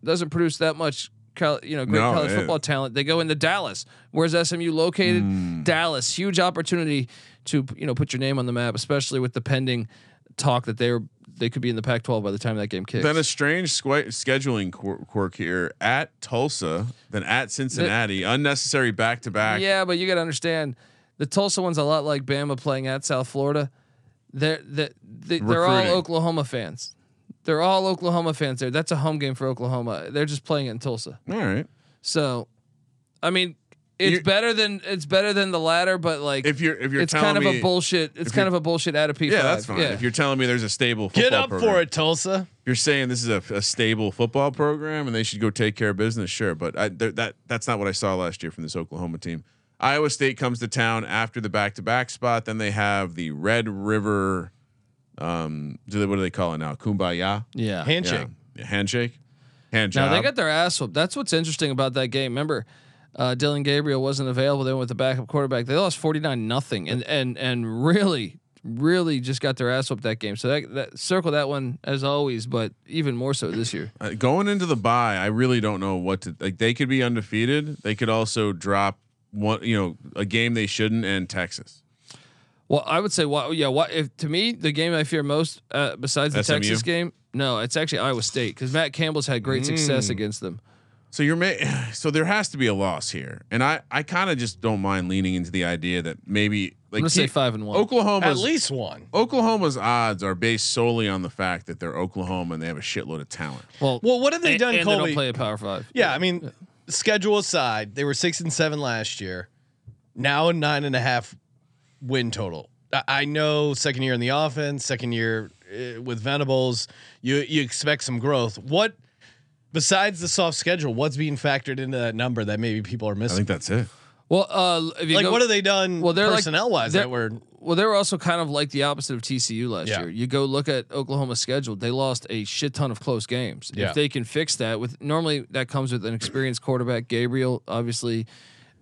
doesn't produce that much. col- You know, great
No,
college
it-
football talent. They go into Dallas. Where's SMU located?
Hmm.
Dallas. Huge opportunity to you know put your name on the map, especially with the pending talk that they were they could be in the Pac-12 by the time that game kicks.
Then a strange squi- scheduling quir- quirk here at Tulsa, then at Cincinnati, unnecessary back to back.
yeah, but you got to understand the Tulsa one's a lot like Bama playing at South Florida. They're they, they, they're all
Recruiting.
Oklahoma fans. They're all Oklahoma fans there. That's a home game for Oklahoma. They're just playing it in Tulsa.
All right.
So, I mean, it's
You're-
better than it's better than the latter, but like
If you're if you're
it's
telling
kind of
me-
a bullshit. It's
if
kind
you're-
of a bullshit out of P5.
Yeah, that's fine. If you're telling me there's a stable, football
Get up
program.
for it, Tulsa.
you're saying this is a, a stable football program and they should go take care of business, sure, but I, th- that that's not what I saw last year from this Oklahoma team. Iowa State comes to town after the back-to-back spot. Then they have the Red River. Um, do they what do they call it now? Kumbaya
yeah.
Handshake.
Yeah. handshake, hand
Now
job.
they got their ass whooped. That's what's interesting about that game. Remember, uh, Dylan Gabriel wasn't available. They went with the backup quarterback. They lost forty nine nothing, and and and really, really just got their ass whooped that game. So that, that circle that one as always, but even more so this year.
Uh, going into the bye, I really don't know what to like. They could be undefeated. They could also drop one, you know, a game they shouldn't, and Texas.
Well, I would say, why, yeah, why, if to me the game I fear most uh, besides the
SMU?
Texas game, no, it's actually Iowa State because Matt Campbell's had great success
Hmm.
against them.
So you're ma- so there has to be a loss here, and I I kind of just don't mind leaning into the idea that maybe
I'm
like
gonna say
te-
five and one.
At
Oklahoma's
least one.
Oklahoma's odds are based solely on the fact that they're Oklahoma and they have a shitload of talent.
Well, what have they
and-
done,
and They
Colby?
don't play a power five.
Yeah, I mean, schedule aside, they were six and seven last year. Now a nine and a half win total. I- I know second eh, year in the offense, second year uh, with Venables, you you expect some growth. What Besides the soft schedule, what's being factored into that number that maybe people are
I
missing?
think that's it.
Well, uh, if you
Like,
go,
what have they done
Well, they're like-
personnel wise
they're-
that were
Well, they were also kind of like the opposite of TCU last
Yeah.
year. You go look at Oklahoma's schedule; they lost a shit ton of close games.
Yeah.
If they can fix that, with normally that comes with an experienced quarterback, Gabriel. Obviously,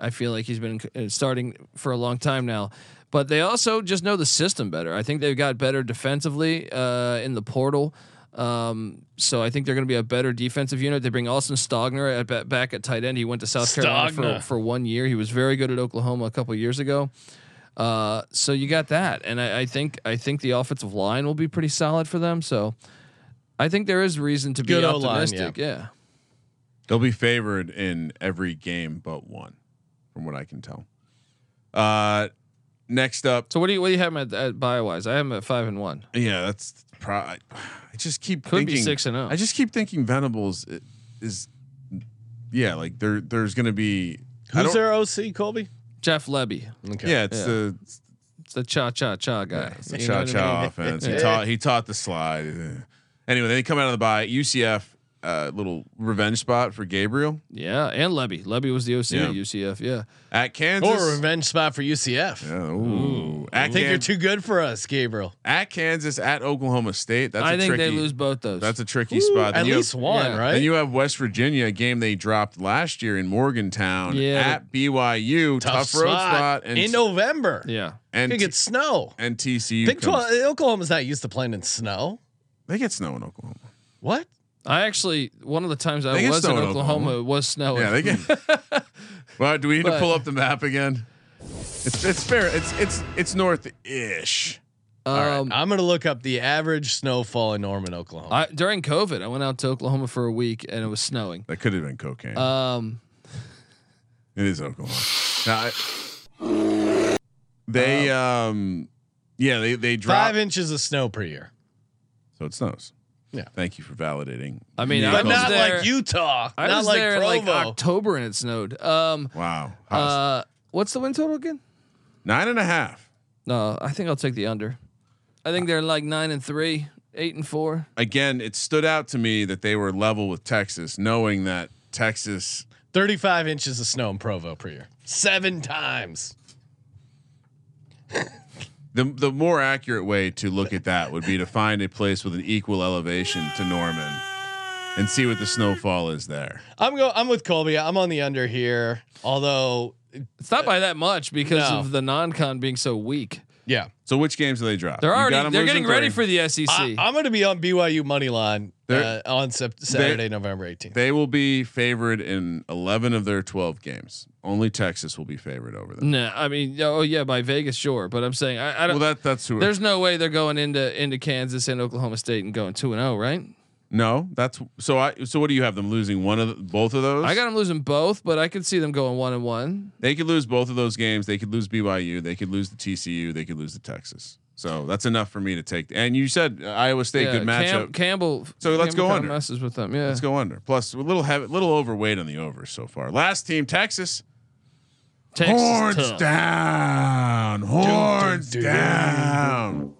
I feel like he's been uh, starting for a long time now. But they also just know the system better. I think they've got better defensively uh, in the portal. Um, so I think they're going to be a better defensive unit. They bring Austin Stogner at, ba- back at tight end. He went to South Carolina
Stogner.
for, for one year. He was very good at Oklahoma a couple years ago. Uh, so you got that, and I, I think I think the offensive line will be pretty solid for them. So I think there is reason to be
Good O-line,
optimistic. yeah.
They'll be favored in every game but one, from what I can tell. Uh, next up,
So what do you what do you have him at, at bio wise? I have him at five and one.
yeah, that's pro- I I just keep
Could be
thinking
six and oh.
I just keep thinking Venables i- is, yeah, like there there's gonna be. I
who's
don't-
their OC Colby?
Jeff Levy,
Okay.
Yeah, it's the
it's the cha cha cha guy.
it's the
You know
cha
what I
cha
mean?
offense. He taught he taught the slide. Anyway, then he come out of the bye. UCF, uh, little revenge spot for Gabriel
Yeah, and Levy. Levy was the OC
Yeah.
at UCF. Yeah,
at Kansas.
Or a revenge spot for UCF.
Yeah, ooh.
I
At,
think you're
Kan-
too good for us, Gabriel.
at Kansas, at Oklahoma State. That's
I
a
think
tricky,
they lose both those.
That's a tricky spot. Then
At
you
least
have,
one,
yeah.
right?
Then you have West Virginia, a game they dropped last year in Morgantown.
Yeah.
At BYU, tough, road spot, and
in November.
yeah.
and,
It
t-
gets snow.
and TCU.
Big
comes-
Twelve. Oklahoma's not used to playing in snow.
They get snow in Oklahoma.
What?
I actually one of the times I
They get
was in
snow in
Oklahoma,
Oklahoma.
it was snowing.
Yeah, they get. well, do we need
But-
to pull up the map again? It's it's fair. It's it's it's north ish.
um,
I'm gonna look up the average snowfall in Norman, Oklahoma.
I, during COVID, I went out to Oklahoma for a week and it was snowing.
That could have been cocaine.
Um,
it is Oklahoma. Now, I, they
Uh,
um, yeah they they drop
Five inches of snow per year,
so it snows.
Yeah.
Thank you for validating.
I mean,
Yeah.
I
but
was
not
there-
like Utah,
I
not
was
like
there in
Provo.
like October and it snowed. Um,
wow, How's-
uh, what's the win total again?
nine and a half.
No, Uh, I think I'll take the under. I think they're like nine and three, eight and four.
Again, it stood out to me that they were level with Texas, knowing that Texas.
35 inches of snow in Provo per year, seven times.
The, the more accurate way to look at that would be to find a place with an equal elevation to Norman and see what the snowfall is there.
I'm go. I'm with Colby. I'm on the under here. Although,
It's not by that much because
No.
of the non-con being so weak.
yeah,
So which games do they drop?
They're
You got
already
'em
they're
losing
getting ready
three.
for the E SEC.
I, I'm going to be on BYU money line uh,
They're-
on sep- Saturday, November 18th.
They will be favored in 11 of their 12 games. Only Texas will be favored over them.
no, I mean, oh yeah, by Vegas, sure, but I'm saying I, I
Well,
don't.
that that's who.
there's no way they're going into into Kansas and Oklahoma State and going two and zero, right?
no, that's so. I so what do you have them losing one of the, both of those?
I got them losing both, but I could see them going one and one.
They could lose both of those games. They could lose BYU. They could lose the TCU. They could lose the Texas. So that's enough for me to take. And you said uh, Iowa State
Yeah,
good matchup.
Cam- Campbell.
So let's
Campbell
go
kinda
under.
Messes with them. Yeah.
Let's go under. Plus, a little heavy, little overweight on the over so far. Last team, Texas.
Texas
horns
tough.
down. Horns down.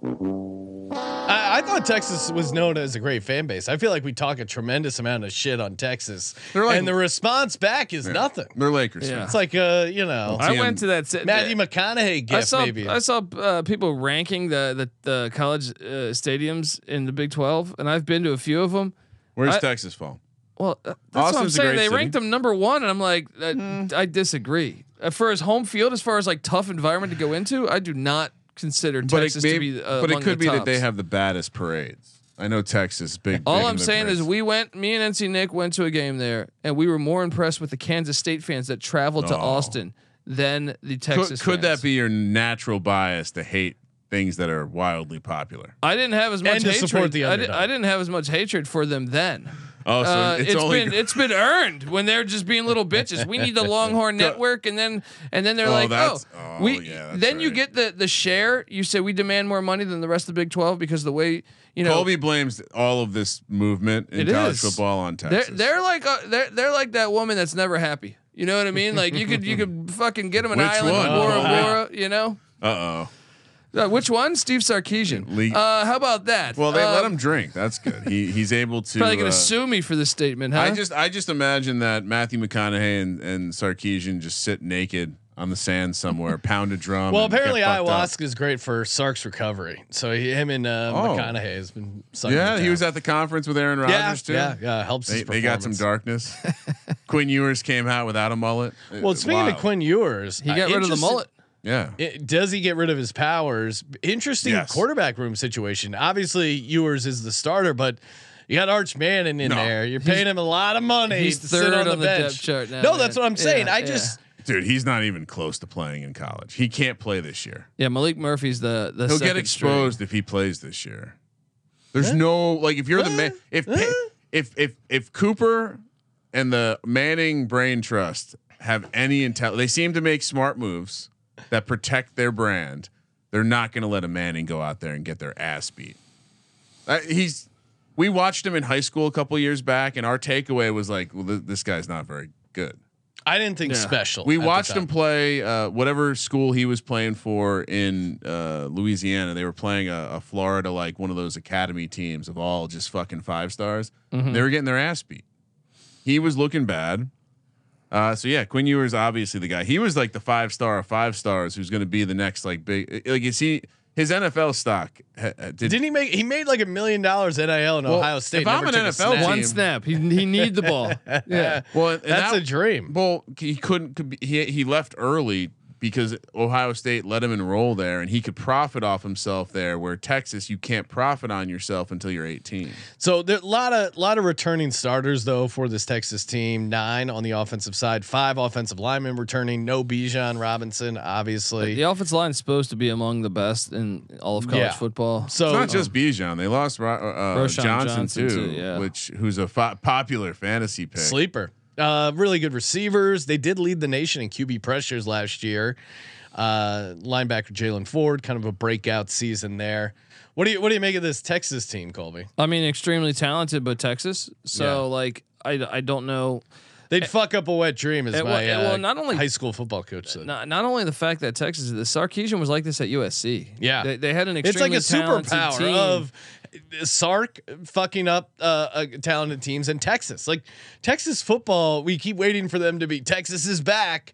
I, I thought Texas was known as a great fan base. I feel like we talk a tremendous amount of shit on Texas,
They're like-
and the response back is nothing.
They're Lakers.
Yeah.
fans.
It's like, uh, you know,
I
TM.
went to that. se-
Matthew McConaughey
I
gift
saw
maybe.
I saw uh, people ranking the the, the college uh, stadiums in the Big Twelve, and I've been to a few of them.
Where's
I-
Texas fall?
Well, uh,
Austin's a
that's what I'm
great
saying. They
city.
ranked them number one, and I'm like, uh,
Hmm.
I disagree. Uh, for his home field, as far as like tough environment to go into, I do not consider
But
Texas
it, may-
to be. Uh,
but it
among
could
the
be that they
tops.
have the baddest parades. I know Texas big. big
All
in
I'm
their
saying is
parades.
we went, me and NC Nick went to a game there, and we were more impressed with the Kansas State fans that traveled to
Oh.
Austin than the
Could,
Texas.
could
fans.
that be your natural bias to hate things that are wildly popular?
I didn't have as much
And to
hatred.
support the
I, di-
underdog.
I didn't have as much hatred for them then.
Oh, so
Uh,
it's,
it's
only
been it's been earned when they're just being little bitches. We need the Longhorn Network, and then and then they're
Oh,
like, oh,
that's- oh,
we.
yeah, that's
then you
right.
get the the share. You say we demand more money than the rest of the Big Twelve because the way you know
Colby blames all of this movement in
It
college
is.
football on
they're
Texas.
they're like uh they're they're like that woman that's never happy. You know what I mean? Like you could you could fucking get them an
Which
island,
one?
Bora
Oh, wow.
Bora. You know.
Uh oh.
Uh, Which one? Steve Sarkeesian.
Leak.
Uh, how about that?
Well, they let
Um,
him drink. That's good. He he's able to.
Probably gonna
uh,
sue me for this statement, huh?
I just I just imagine that Matthew McConaughey and, and Sarkeesian just sit naked on the sand somewhere, pound a drum.
Well,
and get
apparently
fucked up.
ayahuasca is great for Sark's recovery. So he, him and uh,
Oh.
McConaughey has been. sucking
Yeah,
it
he
down.
was at the conference with Aaron Rodgers
Yeah,
too.
yeah, yeah. Helps.
They,
his
they got some
performance.
darkness. Quinn Ewers came out without a mullet. Uh,
Well, speaking
Wild.
of Quinn Ewers, uh,
he got rid of the mullet.
yeah,
It, does he get rid of his powers? Interesting
Yes.
quarterback room situation. Obviously, Ewers is the starter, but you got Arch Manning in
No.
there. You're paying him a lot of money.
he's
to sit
third
on the,
on the
bench.
depth chart now,
no, that's
man.
what I'm saying.
Yeah,
I
yeah.
just
dude, he's not even close to playing in college. He can't play this year.
Yeah, Malik Murphy's the the.
He'll
second
get exposed if he plays this year. There's no like if you're the man if Pa- if if if Cooper and the Manning Brain Trust have any intel, they seem to make smart moves that protect their brand. They're not going to let a Manning go out there and get their ass beat. Uh, he's we watched him in high school a couple years back, and our takeaway was like, well, th- this guy's not very good.
I didn't think
Yeah.
special.
We
at the
watched
time.
him play uh, whatever school he was playing for in uh, Louisiana. They were playing a, a Florida like one of those academy teams of all just fucking five stars.
Mm-hmm.
They were getting their ass beat. He was looking bad. Uh, so yeah, Quinn Ewers obviously the guy. He was like the five star of five stars who's going to be the next like big. Like is he his NFL stock? ha- ha- Did,
Didn't he make? He made like a million dollars NIL in
Well,
Ohio State.
if I'm
never took
an
a
NFL
snap.
team-
One snap. He he need the ball. Yeah.
well, and
that's
that-
a dream.
Well, he couldn't. Could be, he he left early because Ohio State let him enroll there, and he could profit off himself there. Where Texas, you can't profit on yourself until you're 18.
So there a lot of lot of returning starters though for this Texas team. Nine on the offensive side, five offensive linemen returning. No Bijan Robinson, obviously.
The offensive line's supposed to be among the best in all of college
Yeah.
football.
So um,
It's not just Bijan; they lost Ro- uh, uh,
Roshan
Johnson,
Johnson,
too,
too, yeah.
which who's a fo- popular fantasy pick.
Sleeper. Uh, really good receivers. They did lead the nation in QB pressures last year. Uh, linebacker Jalen Ford, kind of a breakout season there. What do you what do you make of this Texas team, Colby?
I mean, extremely talented, but Texas. So
Yeah.
like, I I don't know.
They'd fuck up a wet dream, as
eh, well,
my
eh,
uh,
well, not only-
high school football coach said.
Not, not only the fact that Texas, the Sarkeesian was like this at USC.
Yeah.
they, they had an
it's like
extremely
a
talented
superpower
team.
of uh, Sark fucking up uh, uh, talented teams in Texas. Like Texas football, we keep waiting for them to be Texas is back,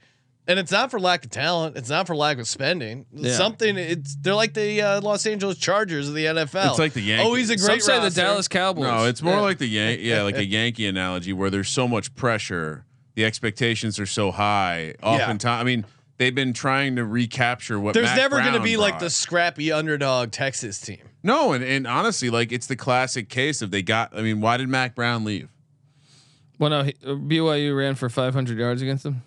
and it's not for lack of talent. It's not for lack of spending.
Yeah.
Something it's they're like the uh, Los Angeles Chargers of the NFL.
It's like the Yankees.
Oh, he's a
Some
great.
say the
roster.
Dallas Cowboys.
No, it's more
Yeah.
like the Yan- yeah, like a Yankee analogy where there's so much pressure, the expectations are so high. Oftentimes, I mean, they've been trying to recapture what.
There's
Mac
never going to
Brown
be like
brought.
the scrappy underdog Texas team.
No, and, and honestly, like it's the classic case of they got. I mean, why did Mac Brown leave?
Well, no, he, uh, BYU ran for 500 yards against them.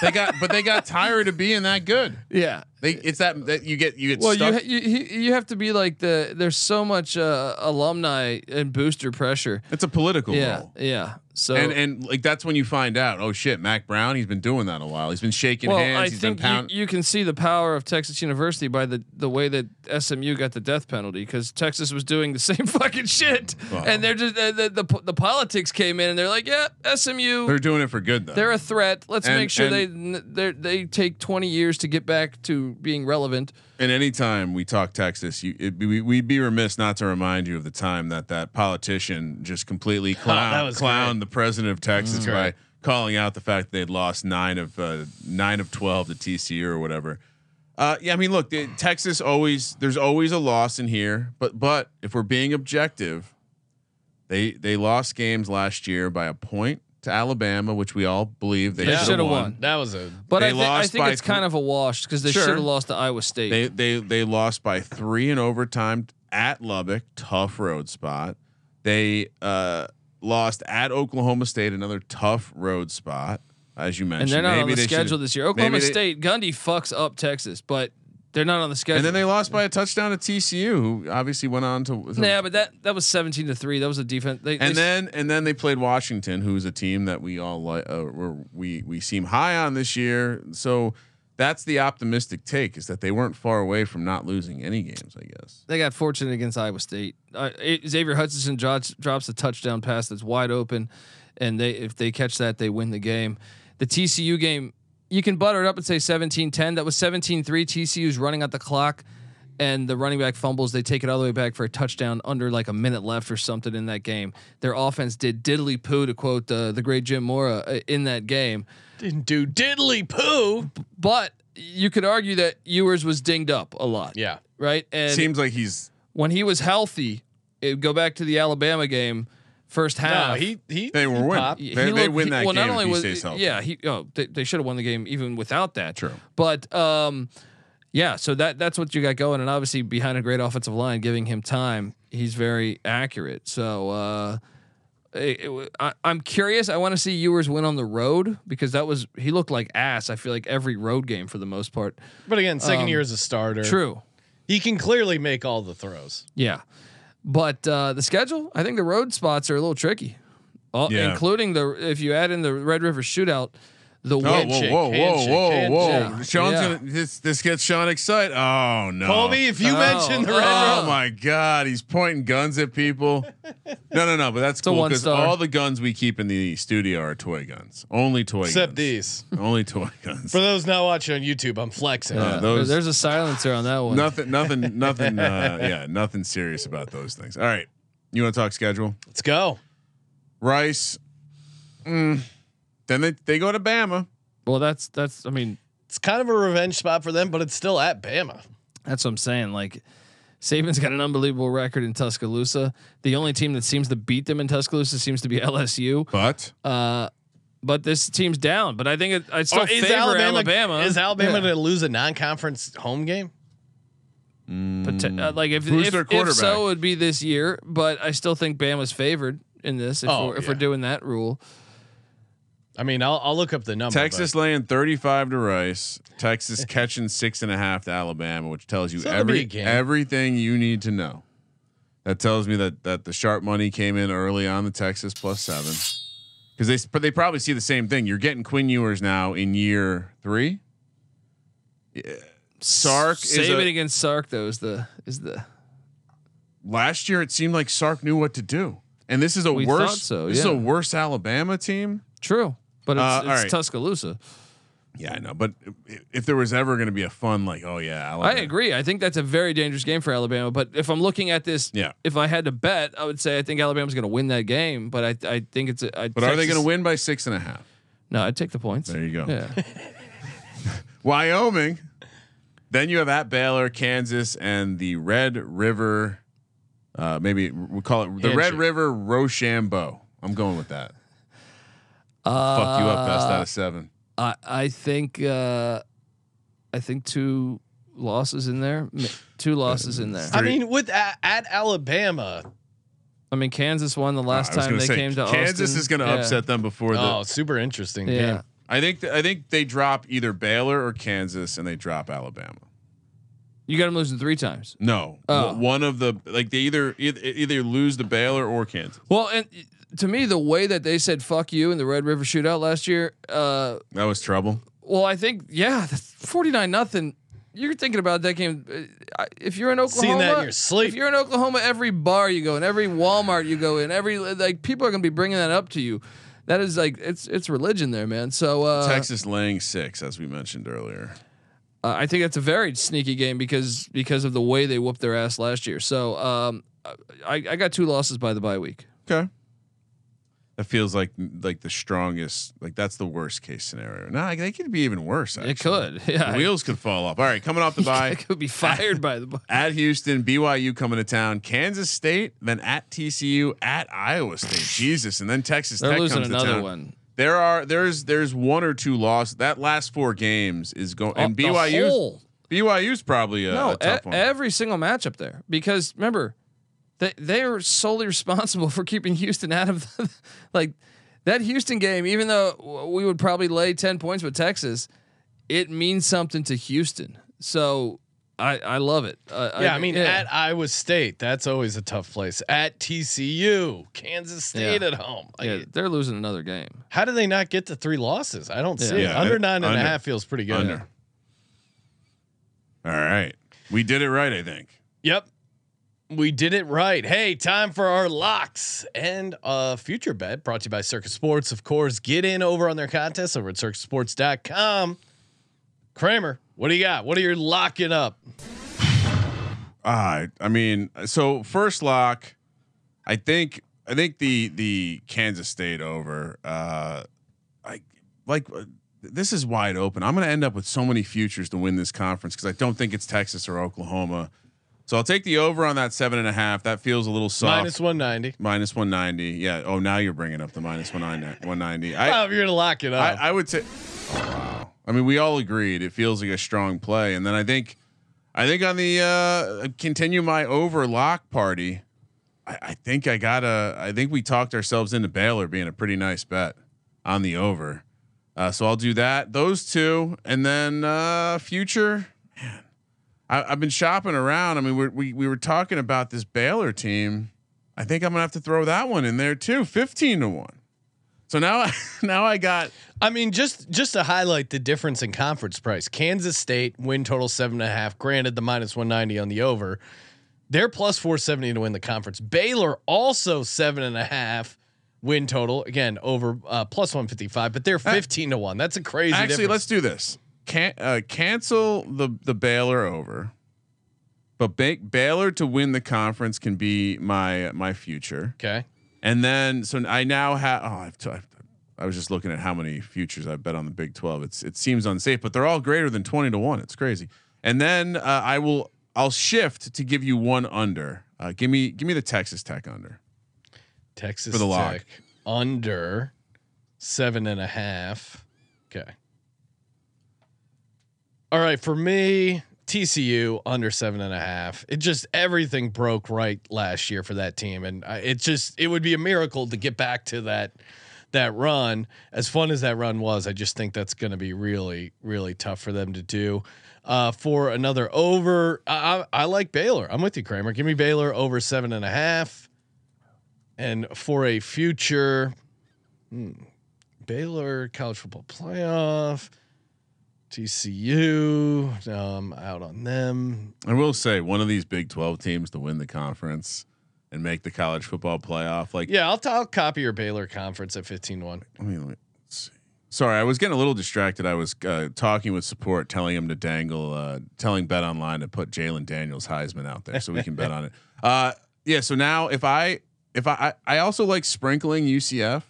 They got, but they got tired of being that good.
Yeah.
They, it's that that you get you get
Well, you,
stuck.
ha- you he- you have to be like the there's so much uh, alumni and booster pressure.
it's a political
Yeah,
Oh.
role,
yeah. So
and and like that's when you find out. Oh shit, Mac Brown, he's been doing that a while. He's been shaking
well,
hands.
I
he's
think
been pound-
you, you can see the power of Texas University by the the way that SMU got the death penalty because Texas was doing the same fucking shit,
Wow.
and they're just uh, the, the po- the politics came in and they're like, yeah, SMU,
they're
they're,
doing it for good though.
a threat. Let's
And-
make sure
and-
they n- they're- they take 20 years to get back to being relevant.
and anytime we talk Texas, you it'd be, we'd be remiss not to remind you of the time that that politician just completely
that
clown,
was
clowned the president of Texas
Mhm.
by calling out the fact that they'd lost nine of uh, nine of twelve to TCU or whatever. Uh, yeah, I mean, look, the, Texas always there's always a loss in here, but but if we're being objective, they they lost games last year by a point to Alabama, which we all believe they
They
should
shoulda
have won.
won.
That was a
But
They
I, thi- I
lost
think
by
it's kind
thr-
of a wash because they
Sure.
should have lost to Iowa State.
They they they lost by three in overtime at Lubbock, tough road spot. They uh, lost at Oklahoma State, another tough road spot, as you
and
mentioned.
they're not on the
they
schedule
should've-
this year. Oklahoma
maybe they-
State Gundy fucks up Texas, but they're not on the schedule.
And then they lost by a touchdown to TCU, who obviously went on to. to-
yeah, but that that was seventeen to three. That was a defense. They,
and
they-
then and then they played Washington, who's a team that we all like, uh, we're- we we seem high on this year. So that's the optimistic take is that they weren't far away from not losing any games. I guess.
they got fortunate against Iowa State. Uh, it- Xavier Hutchinson drops, drops a touchdown pass that's wide open, and they if they catch that, they win the game. The TCU game, you can butter it up and say 17-10. That was 17-3. TCU's running out the clock, and the running back fumbles. They take it all the way back for a touchdown under like a minute left or something in that game. Their offense did diddly poo to quote uh, the great Jim Mora uh, in that game.
Didn't do diddly poo.
But you could argue that Ewers was dinged up a lot.
Yeah.
Right. And
Seems like he's
when he was healthy, it, go back to the Alabama game, first half.
No, he he
They were
he
winning.
popped.
he
They- they
looked-
win that
well, not
game if
only
he
was-
stays healthy.
Yeah, he. Oh, they, they should have won the game even without that.
True.
But um, yeah. So that that's what you got going, and obviously behind a great offensive line, giving him time, he's very accurate. So uh, it- it w- I, am curious. I want to see Ewers win on the road because that was he looked like ass. I feel like every road game for the most part.
But again, second
Um,
year as a starter.
True.
He can clearly make all the throws.
Yeah. But uh, the schedule, I think the road spots are a little tricky, All,
Yeah.
including the if you add in the Red River Shootout, the
Oh,
win.
whoa,
Handshake,
whoa,
handshake,
whoa, whoa, whoa!
handshake.
Sean's
Yeah.
gonna this this gets Sean excited. Oh no,
Colby, if you
Oh,
mention the red
oh.
Oh my God, he's pointing guns at people. No, no, no, but that's
a
cool
one
because
star.
all the guns we keep in the studio are toy guns. Only toy
except
guns.
these.
Only toy guns.
For those not watching on YouTube, I'm flexing.
Yeah,
those-
there's a silencer on that one.
nothing, nothing, nothing. Uh, yeah, nothing serious about those things. All right, you want to talk schedule?
Let's go.
Rice. Mm. Then they they go to Bama.
Well, that's that's I mean
It's kind of a revenge spot for them, but it's still at Bama.
that's what I'm saying. Like Saban's got an unbelievable record in Tuscaloosa. The only team that seems to beat them in Tuscaloosa seems to be LSU.
But
Uh, but this team's down. But I think it, I still
Or is
favor
Alabama,
Oh, Alabama.
is Alabama
Yeah.
going to lose a non-conference home game?
Pote- uh, like if,
Hmm. Who's
if,
their
if
quarterback?
so, it would be this year. But I still think Bama's favored in this. If,
Oh,
we're, if we're
yeah.
doing that rule,
I mean, I'll, I'll look up the number.
Texas laying 35 to Rice. Texas catching six and a half to Alabama, which tells you
So that'll be a
every
game.
everything you need to know. That tells me that that the sharp money came in early on the Texas plus seven because they s- but they probably see the same thing. You're getting Quinn Ewers now in year three. Sark is
save
a-
it against Sark though is the is the
Last year, it seemed like Sark knew what to do, and this is a
We thought
worse.
so,
This is a
yeah.
worse Alabama team.
true. But it's,
Uh, all
it's
right.
Tuscaloosa.
Yeah, I know, but i- if there was ever going to be a fun, like, oh yeah,
I
Alabama.
agree. I think that's a very dangerous game for Alabama. But if I'm looking at this,
Yeah.
if I had to bet, I would say I think Alabama's going to win that game. But I, I think it's. A, I,
But are they going to win by six and a half?
No, I'd take the points.
There you go.
Yeah.
Wyoming. Then you have at Baylor, Kansas, and the Red River. Uh, maybe we call it the Red
Handshake.
River Rochambeau. I'm going with that.
Uh,
Fuck you up, best out of seven.
I I think uh, I think two losses in there, M- two losses in there.
Uh,
I mean, with at, at Alabama,
I mean, Kansas won the last
I was
time
gonna
they
say,
came to
Kansas
Austin.
is going to
Yeah.
upset them before
oh,
the.
super interesting
Yeah.
game.
I think th- I think they drop either Baylor or Kansas, and they drop Alabama.
You got them losing three times.
No,
Oh.
W- one of the like they either either, either lose the Baylor or Kansas.
Well, and to me, the way that they said "fuck you" in the Red River Shootout last year, uh,
That was trouble.
well, I think yeah, forty nine nothing. You're thinking about that game. uh, I- If you're in Oklahoma,
Seeing that in your sleep.
if you're in Oklahoma, every bar you go in, every Walmart you go in, every like people are going to be bringing that up to you. That is like it's it's religion there, man. So uh,
Texas laying six, as we mentioned earlier.
Uh, I think that's a very sneaky game because because of the way they whooped their ass last year. So um, I, I got two losses by the bye week.
Okay. That feels like like the strongest. Like that's the worst case scenario. No, nah, they could be even worse. Actually.
It could, yeah,
The wheels could fall off. All right, coming off the
I
bye
could be fired by the bye.
at Houston, BYU coming to town, Kansas State, then at TCU, at Iowa State. Jesus, and then Texas
They're
Tech
losing
comes to
another
town.
one.
There are there's there's one or two losses. That last four games is going and
Oh, The
BYU
whole-
BYU's probably a,
no,
a tough
e-
one.
every single matchup there because remember, they they are solely responsible for keeping Houston out of the, like that Houston game. Even though w- we would probably lay ten points with Texas, it means something to Houston. So I I love it. Uh,
Yeah, I mean, at Iowa State, that's always a tough place. At TCU, Kansas State
Yeah.
at home. Like,
yeah, they're losing another game.
How do they not get to three losses? I don't see it.
Yeah,
Under
I-
nine and a half
under.
feels pretty good.
Under. All right. We did it right, I think.
Yep. We did it right. Hey, time for our locks and uh future bet brought to you by Circus Sports. Of course, get in over on their contest over at circusports.com. Kramer, what do you got? What are you locking up?
Uh, I mean, so first lock, I think I think the the Kansas State over. Uh, I like uh, this is wide open. I'm going to end up with so many futures to win this conference because I don't think it's Texas or Oklahoma. So I'll take the over on that seven and a half. That feels a little soft.
Minus 190.
minus one ninety. Yeah. Oh, now you're bringing up the minus one ninety. One ninety.
Oh, if you're going to lock it up.
I, I would say. oh, wow. I mean, we all agreed it feels like a strong play, and then I think, I think on the uh, continue my overlock party, I, I think I gotta. I think we talked ourselves into Baylor being a pretty nice bet on the over. Uh, so I'll do that. Those two, and then uh, future. Man, I, I've been shopping around. I mean, we're, we we were talking about this Baylor team. I think I'm gonna have to throw that one in there too, fifteen to one. So now, now I got
I mean, just just to highlight the difference in conference price, Kansas State win total seven and a half. Granted, the minus one ninety on the over, they're plus four seventy to win the conference. Baylor also seven and a half win total. Again, over uh, plus one fifty five, but they're fifteen to one. That's a crazy.
Uh, actually.
difference.
Let's do this. Can uh, cancel the the Baylor over, but ba- Baylor to win the conference can be my my future.
okay.
And then so I now have. Oh, I've. T- I've I was just looking at how many futures I bet on the Big Twelve. It's it seems unsafe, but they're all greater than twenty to one. It's crazy. And then uh, I will I'll shift to give you one under. Uh, give me give me the Texas Tech under.
Texas
For the lock.
Tech under seven and a half. Okay. All right, for me, TCU under seven and a half. It just everything broke right last year for that team, and I, it just it would be a miracle to get back to that that run. As fun as that run was, I just think that's going to be really really tough for them to do. Uh, for another over, I, I, I like Baylor. I'm with you, Kramer. Give me Baylor over seven and a half. And for a future hmm, Baylor college football playoff, TCU, no, I'm um, out on them.
I will say one of these Big Twelve teams to win the conference and make the college football playoff. Like,
Yeah, I'll, t- I'll copy your Baylor conference at 15 1.
I mean, let me let's see. Sorry, I was getting a little distracted. I was uh, talking with support, telling him to dangle, uh, telling Bet Online to put Jalen Daniels Heisman out there so we can bet on it. Uh, yeah. So now, if I if I I I also like sprinkling UCF,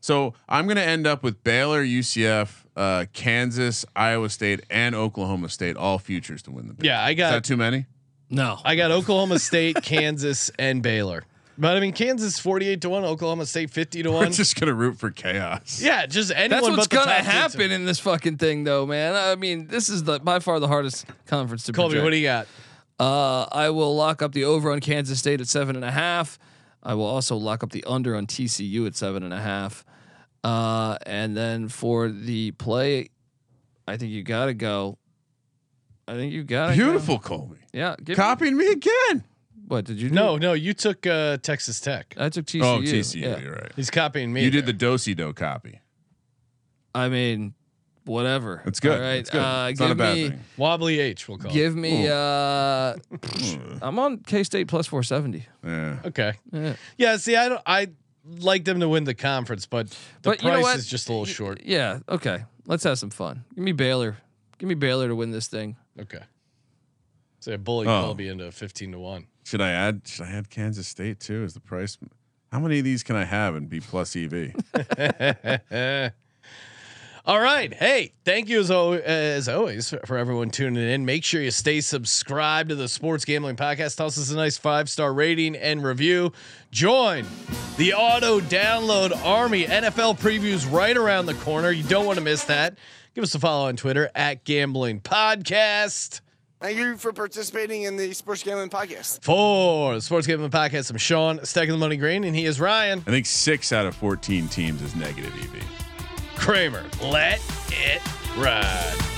so I'm gonna end up with Baylor, UCF, uh, Kansas, Iowa State, and Oklahoma State, all futures to win the. Big
Yeah, I
Is
got
that too many?
No,
I got Oklahoma State, Kansas, and Baylor. But I mean, Kansas 48 to 1, Oklahoma State 50 to
We're
1.
just gonna root for chaos.
yeah, just anyone
that's what's
but the
gonna
top two
happen
teams.
in this fucking thing, though, man. I mean, this is the by far the hardest conference to
Colby,
project.
what do you got?
Uh, I will lock up the over on Kansas State at seven and a half. I will also lock up the under on TCU at seven and a half. Uh, and then for the play, I think you gotta go. I think you gotta go.
Beautiful, Colby.
Yeah, give me-
Copying me again.
What did you do?
No, no, you took uh, Texas Tech.
I took TCU.
Oh, TCU.
Yeah.
You're right.
He's copying me.
You did
there.
the dosey do copy.
I mean, whatever.
That's good.
All right.
That's good.
Uh,
it's
give
not a bad
me,
thing.
Wobbly H, we'll call
Give me. Uh, I'm on K State plus four seventy.
Mm, Yeah.
it. Okay.
Yeah.
Yeah, see, I don't. I like them to win the conference, but the
But you know
price
what?
is just a little short.
Yeah. Okay. Let's have some fun. Give me Baylor. Give me Baylor to win this thing.
Okay. So I bullied
Oh.
Colby into fifteen to one.
Should I add? Should I add Kansas State too? Is the price? How many of these can I have and be plus E EV?
All right. Hey, thank you as, al- as always for everyone tuning in. Make sure you stay subscribed to the Sports Gambling Podcast. Toss us a nice five star rating and review. Join the auto download army. NFL previews right around the corner. You don't want to miss that. Give us a follow on Twitter at Gambling Podcast.
Thank you for participating in the Sports Gambling Podcast.
For the Sports Gambling Podcast, I'm Sean, stacking the money green, and he is Ryan
I think six out of E fourteen teams is negative EV.
Kramer. Let it ride.